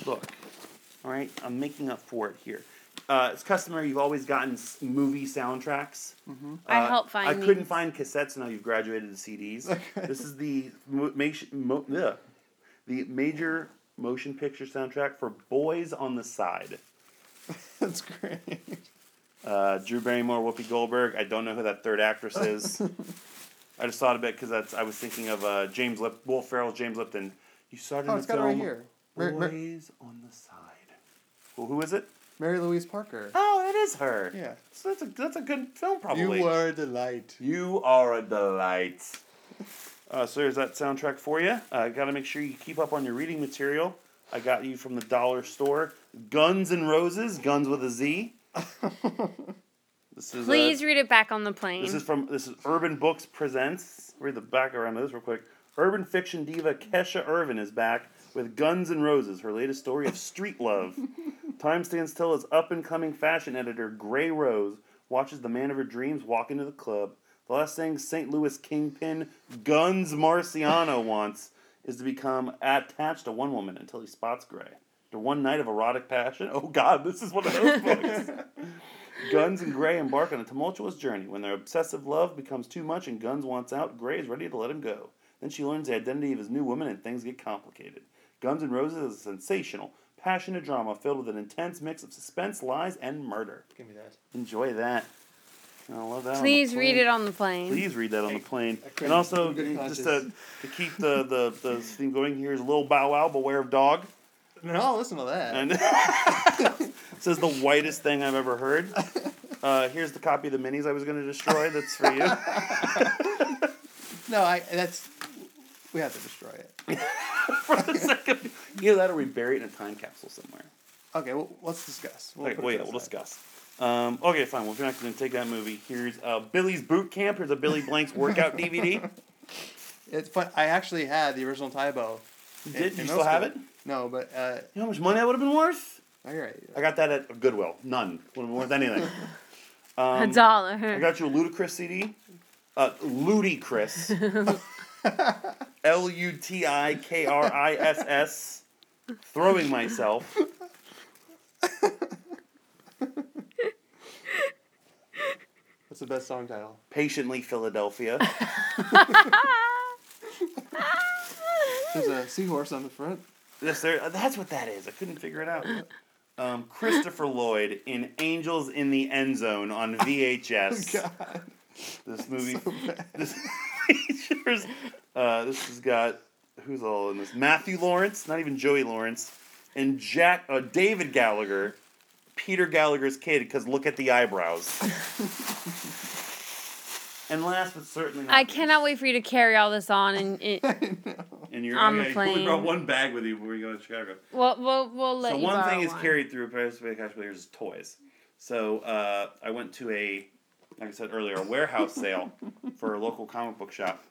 Speaker 2: Look, all right, I'm making up for it here. Uh, it's customary. You've always gotten s- movie soundtracks.
Speaker 4: Mm-hmm.
Speaker 3: I
Speaker 2: Uh,
Speaker 3: help find
Speaker 2: I couldn't
Speaker 3: these.
Speaker 2: find cassettes. Now you've graduated to CDs. This is the mo- ma- mo- ugh. the major motion picture soundtrack for Boys on the Side.
Speaker 4: That's great.
Speaker 2: Uh, Drew Barrymore, Whoopi Goldberg. I don't know who that third actress is. I just thought of it because that's. I was thinking of uh, James Lip, Wolf Ferrell's James Lipton. You started
Speaker 4: Oh,
Speaker 2: in
Speaker 4: it's
Speaker 2: the
Speaker 4: got it right
Speaker 2: film
Speaker 4: here. Mar- Mar-
Speaker 2: Boys on the Side. Well, who is it?
Speaker 4: Mary Louise Parker.
Speaker 2: Oh, it is her.
Speaker 4: Yeah.
Speaker 2: So that's a that's a good film probably.
Speaker 4: You were the light.
Speaker 2: You are a delight. Uh, so there's that soundtrack for you. Uh, Got to make sure you keep up on your reading material. I got you from the dollar store. Guns and Roses, Guns with a Z. this is uh,
Speaker 3: Please read it back on the plane.
Speaker 2: this is from this is Urban Books presents. Read the background of this real quick. Urban fiction diva Kesha Irvin is back with Guns N' Roses, her latest story of street love. Time stands still as up and coming fashion editor Gray Rose watches the man of her dreams walk into the club. The last thing St. Louis kingpin Guns Marciano wants is to become attached to one woman until he spots Gray. The One Night of Erotic Passion. Oh God, this is one of those books. Guns and Gray embark on a tumultuous journey. When their obsessive love becomes too much and Guns wants out, Gray is ready to let him go. Then she learns the identity of his new woman and things get complicated. Guns and Roses is a sensational, passionate drama filled with an intense mix of suspense, lies, and murder.
Speaker 4: Give me that.
Speaker 2: Enjoy that. I love that. on the
Speaker 5: Please read
Speaker 2: plane.
Speaker 5: it on the plane.
Speaker 2: Please read that on the plane.
Speaker 4: I couldn't-
Speaker 2: And also,
Speaker 4: I'm good
Speaker 2: just to,
Speaker 4: conscience.
Speaker 2: to keep the, the, the theme going, here's Lil Bow Wow, Beware of Dog.
Speaker 4: No, I'll listen to that.
Speaker 2: And says the whitest thing I've ever heard. Uh, here's the copy of the minis I was going to destroy. That's for you.
Speaker 4: No, I. That's. We have to destroy it.
Speaker 2: for the second, either that or we bury it in a time capsule somewhere.
Speaker 4: Okay, well, let's discuss. We'll
Speaker 2: okay,
Speaker 4: put it
Speaker 2: well, yeah,
Speaker 4: to the
Speaker 2: we'll
Speaker 4: side.
Speaker 2: discuss. Um, okay, fine. Well, if you're not going to take that movie, here's uh, Billy's Boot Camp. Here's a Billy Blanks workout DVD.
Speaker 4: It's fun. I actually had the original Tybo. You
Speaker 2: did? You still have it?
Speaker 4: No, but uh,
Speaker 2: You know how much money that would have been worth?
Speaker 4: all right.
Speaker 2: I got that at Goodwill. None. Wouldn't have worth anything.
Speaker 5: A
Speaker 2: Um,
Speaker 5: dollar.
Speaker 2: I got you a Ludacris CD. Uh, Ludicrous. L U T I K R I S S. Throwing myself.
Speaker 4: What's the best song title?
Speaker 2: Patiently Philadelphia.
Speaker 4: There's a seahorse on the front.
Speaker 2: That's, there, Uh, that's what that is. I couldn't figure it out. Um, Christopher Lloyd in Angels in the End Zone on VHS.
Speaker 4: God.
Speaker 2: this movie. this features. Uh, this has got who's all in this? Matthew Lawrence, not even Joey Lawrence, and Jack uh, David Gallagher, Peter Gallagher's kid. Because look at the eyebrows. and last but certainly not
Speaker 5: I cannot wait for you to carry all this on, and it,
Speaker 2: And you're
Speaker 5: on
Speaker 2: okay,
Speaker 5: the
Speaker 2: You only
Speaker 5: plane.
Speaker 2: brought one bag with you when we go to Chicago.
Speaker 5: we'll we'll, we'll let
Speaker 2: so
Speaker 5: you
Speaker 2: one
Speaker 5: borrow
Speaker 2: thing is
Speaker 5: one.
Speaker 2: carried through participating cash players is toys. So uh, I went to a, like I said earlier, a warehouse sale for a local comic book shop,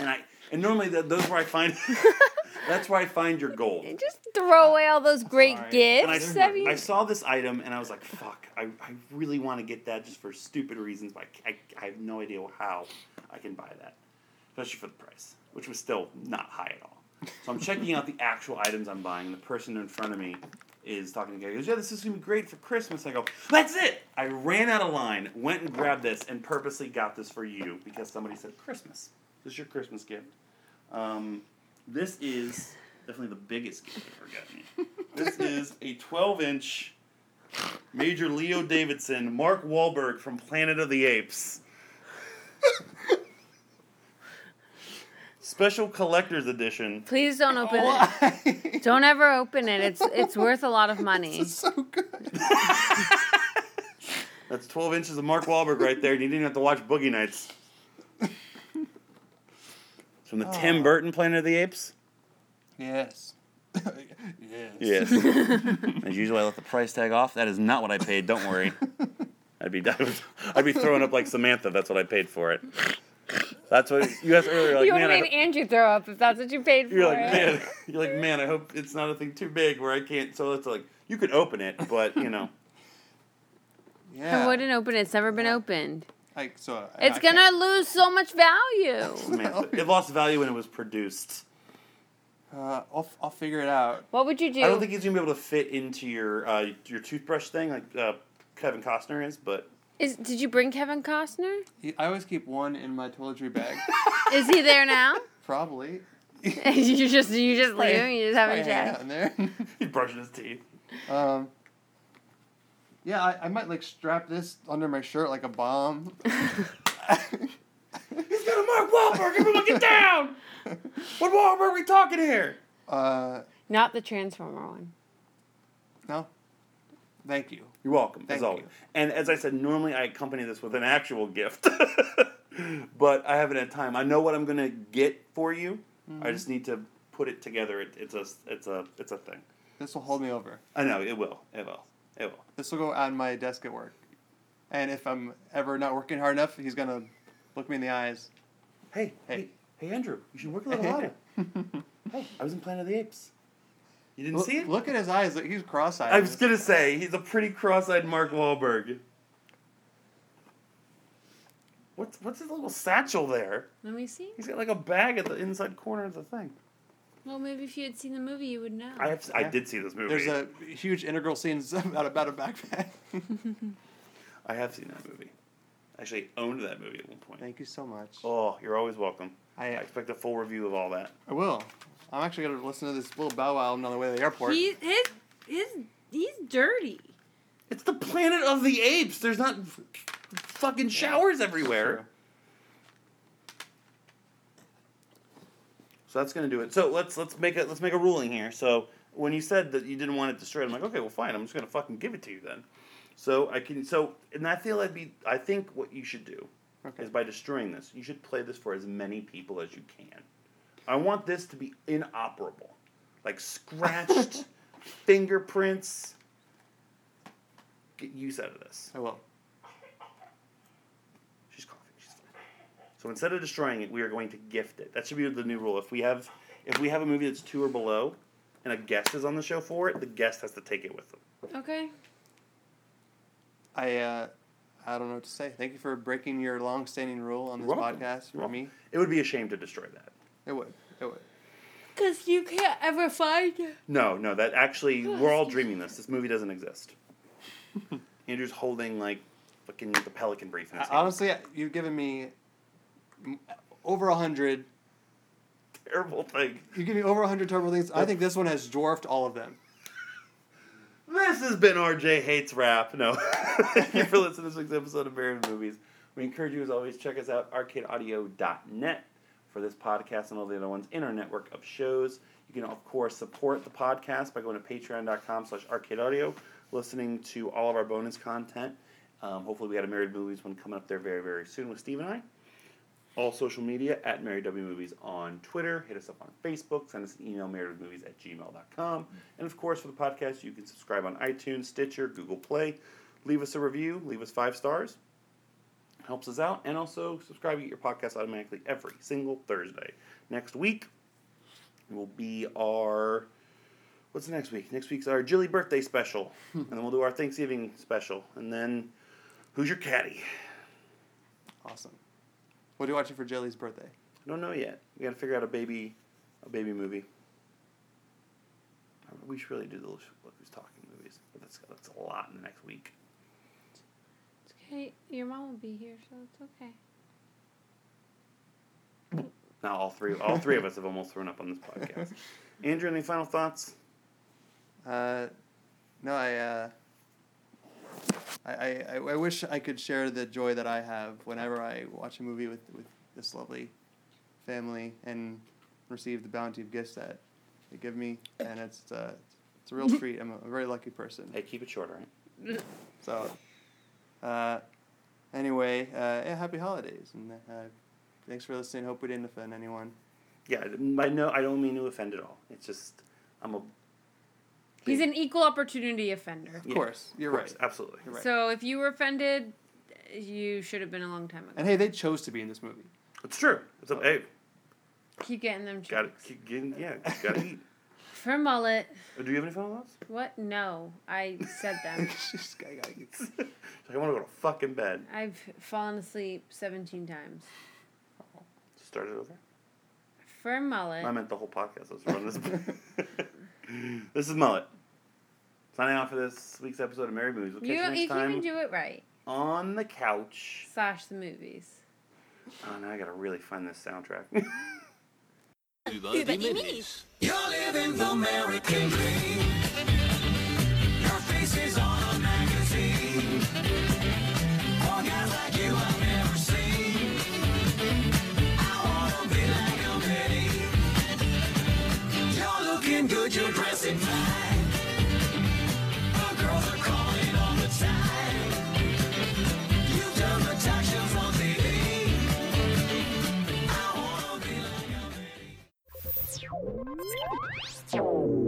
Speaker 2: and I and normally th those where I find that's where I find your gold.
Speaker 5: Just throw away all those great
Speaker 4: Sorry.
Speaker 2: And I,
Speaker 5: gifts. I, mean,
Speaker 2: I saw this item and I was like, fuck, I, I really want to get that just for stupid reasons, but I, I, I have no idea how I can buy that, especially for the price, which was still not high at all. So I'm checking out the actual items I'm buying, and the person in front of me is talking to the guy. He goes, Yeah, this is going to be great for Christmas. I go, That's it! I ran out of line, went and grabbed this, and purposely got this for you because somebody said, Christmas. This is your Christmas gift. Um, this is definitely the biggest gift I've ever gotten. this is a 12 inch Major Leo Davidson, Mark Wahlberg from Planet of the Apes. Special collector's edition.
Speaker 5: please don't open it.
Speaker 2: Oh,
Speaker 4: Why?
Speaker 5: Don't ever open it. It's it's worth a lot of money.
Speaker 4: It's so good.
Speaker 2: That's 12 inches of Mark Wahlberg right there, and you didn't have to watch Boogie Nights. It's from the Tim Burton Planet of the Apes?
Speaker 4: Yes. yes.
Speaker 2: Yes. As usual, I let the price tag off. That is not what I paid. Don't worry. I'd be I'd be throwing up like Samantha. That's what I paid for it. That's what you asked earlier. Like,
Speaker 5: you would
Speaker 2: man,
Speaker 5: have
Speaker 2: I
Speaker 5: made Andrew throw up if that's what you paid
Speaker 2: hope-"
Speaker 5: for.
Speaker 2: you're like
Speaker 5: it.
Speaker 2: man. You're like man. I hope it's not a thing too big where I can't. So it's like you could open it, but you know.
Speaker 4: Yeah.
Speaker 5: I wouldn't open it. It's never been opened.
Speaker 4: Like so. I-
Speaker 5: It's
Speaker 4: I can't-
Speaker 5: gonna lose so much value.
Speaker 2: Samantha. It lost value when it was produced.
Speaker 4: Uh, I'll I'll figure it out.
Speaker 5: What would you do?
Speaker 2: I don't think he's gonna be able to fit into your uh, your toothbrush thing like uh, Kevin Costner is, but
Speaker 5: Is, did you bring Kevin Costner?
Speaker 4: He- I always keep one in my toiletry bag.
Speaker 5: Is he there now?
Speaker 4: Probably.
Speaker 5: you just you just leave him. You just
Speaker 4: I
Speaker 5: haven't
Speaker 4: hang
Speaker 5: checked.
Speaker 4: out in there.
Speaker 2: he's brushing his teeth.
Speaker 4: Um, yeah, I, I might like strap this under my shirt like a bomb.
Speaker 2: He's got a Mark Wahlberg. Everyone, get down! What Wahlberg are we talking here?
Speaker 4: uh,
Speaker 5: Not the Transformer one.
Speaker 4: no. Thank you.
Speaker 2: You're welcome,
Speaker 4: Thank
Speaker 2: as always.
Speaker 4: you.
Speaker 2: And as I said, normally I accompany this with an actual gift, but I haven't had time. I know what I'm gonna get for you.
Speaker 4: Mm-hmm.
Speaker 2: I just need to put it together. It, it's a, it's a, it's a thing.
Speaker 4: This will hold me over.
Speaker 2: I know it will. It will. It will.
Speaker 4: This will go on my desk at work. And if I'm ever not working hard enough, he's gonna look me in the eyes.
Speaker 2: Hey,
Speaker 4: Hey.
Speaker 2: hey, hey, Andrew, you should work a little harder. hey, I was in Planet of the Apes. You didn't
Speaker 4: Look,
Speaker 2: see it?
Speaker 4: look at his eyes. Like, he's cross-eyed.
Speaker 2: I was gonna say he's a pretty cross-eyed Mark Wahlberg. What's what's his little satchel there?
Speaker 5: Let me see.
Speaker 2: He's got like a bag at the inside corner of the thing.
Speaker 5: Well, maybe if you had seen the movie, you would know.
Speaker 2: I have, I
Speaker 4: Yeah.
Speaker 2: did see this movie.
Speaker 4: There's a huge integral scene about about a backpack.
Speaker 2: I have seen that movie. Actually, I owned that movie at one point.
Speaker 4: Thank you so much.
Speaker 2: Oh, you're always welcome. I,
Speaker 4: I- uh,
Speaker 2: expect a full review of all that.
Speaker 4: I will. I'm actually gonna listen to this little bow wow on the way to the airport.
Speaker 5: He, his, his, he's dirty.
Speaker 2: It's the planet of the apes. There's not f- fucking showers everywhere. So that's gonna do it. So let's let's make a let's make a ruling here. So when you said that you didn't want it destroyed, I'm like, okay, well, fine. I'm just gonna fucking give it to you then. So I can. So and I feel I'd be. I think what you should do
Speaker 4: Okay.
Speaker 2: is by destroying this, you should play this for as many people as you can. I want this to be inoperable, like scratched fingerprints. Get use out of this.
Speaker 4: I will.
Speaker 2: She's coughing. She's fine. So instead of destroying it, we are going to gift it. That should be the new rule. If we have if we have a movie that's two or below, and a guest is on the show for it, the guest has to take it with them.
Speaker 5: Okay.
Speaker 4: I uh, I don't know what to say. Thank you for breaking your long-standing rule on this
Speaker 2: You're welcome.
Speaker 4: podcast for
Speaker 2: You're
Speaker 4: me.
Speaker 2: welcome. It would be a shame to destroy that.
Speaker 4: It would. It would.
Speaker 5: Because you can't ever find it.
Speaker 2: No, no, that actually we're all dreaming this. This movie doesn't exist. Andrew's holding like fucking the pelican brief in his hand.
Speaker 4: Honestly, you've given me m- over a hundred.
Speaker 2: terrible thing.
Speaker 4: You give me over a hundred terrible things. I think this one has dwarfed all of them.
Speaker 2: This has been RJ Hates Rap. No. Thank you for listening to this week's episode of Buried Movies. We encourage you, as always, check us out, arcadeaudio.net, for this podcast and all the other ones in our network of shows. You can, of course, support the podcast by going to patreon.com slash arcadeaudio, listening to all of our bonus content. Um, hopefully, we got a Married Movies one coming up there very, very soon with Steve and I. All social media at Married W Movies on Twitter. Hit us up on Facebook. Send us an email, marriedmovies at gmail.com. And of course, for the podcast, you can subscribe on iTunes, Stitcher, Google Play. Leave us a review, leave us five stars. Helps us out. And also, subscribe, you get your podcast automatically every single Thursday. Next week will be our. What's next week? Next week's our Jilly birthday special. and then we'll do our Thanksgiving special. And then, who's your caddy?
Speaker 4: Awesome. What are you watching for Jelly's birthday?
Speaker 2: I don't know yet. We got to figure out a baby, a baby movie. I don't- We should really do the look Look who's talking movies, but that's that's a lot in the next week.
Speaker 5: It's okay. Your mom will be here, so it's okay.
Speaker 2: Now all three all three of us have almost thrown up on this podcast. Andrew, any final thoughts?
Speaker 4: Uh, no, I, uh, I, I, I- I wish I could share the joy that I have whenever I watch a movie with, with this lovely family and receive the bounty of gifts that they give me. And it's, uh, it's a real treat. I'm a very lucky person.
Speaker 2: Hey, keep it short, all right?
Speaker 4: So, uh, anyway, uh, yeah, happy holidays. And uh, thanks for listening. Hope we didn't offend anyone.
Speaker 2: Yeah, I know I don't mean to offend at all. It's just I'm a
Speaker 5: He's an equal opportunity offender.
Speaker 4: Of course, you're right.
Speaker 2: absolutely.
Speaker 4: You're right.
Speaker 5: So if you were offended, you should have been a long time ago.
Speaker 4: And hey, they chose to be in this movie.
Speaker 2: It's true. It's a, hey,
Speaker 5: Keep getting them
Speaker 2: got to
Speaker 5: checks.
Speaker 2: keep getting yeah, got to eat.
Speaker 5: For mullet.
Speaker 2: Do you have any final thoughts?
Speaker 5: What? No. I said them.
Speaker 4: Just gotta- gotta get-
Speaker 2: I want to go to fucking bed.
Speaker 5: I've fallen asleep 17 times.
Speaker 2: Start it over.
Speaker 5: For mullet.
Speaker 2: I meant the whole podcast. Let's run this. this is Mullet. Signing off for this week's episode of Merry Movies. We'll catch you,
Speaker 5: you
Speaker 2: next
Speaker 5: you can even
Speaker 2: time
Speaker 5: do it right.
Speaker 2: on the couch.
Speaker 5: Slash the movies.
Speaker 2: Oh, now I gotta really find this soundtrack.
Speaker 1: You're living the American dream. Your face is on a magazine. All guys like you I've never seen. I wanna be like a Betty. You're looking good, you're dressing fine. The girls are calling all the time. You've done the talk shows on TV. I wanna be like a Betty.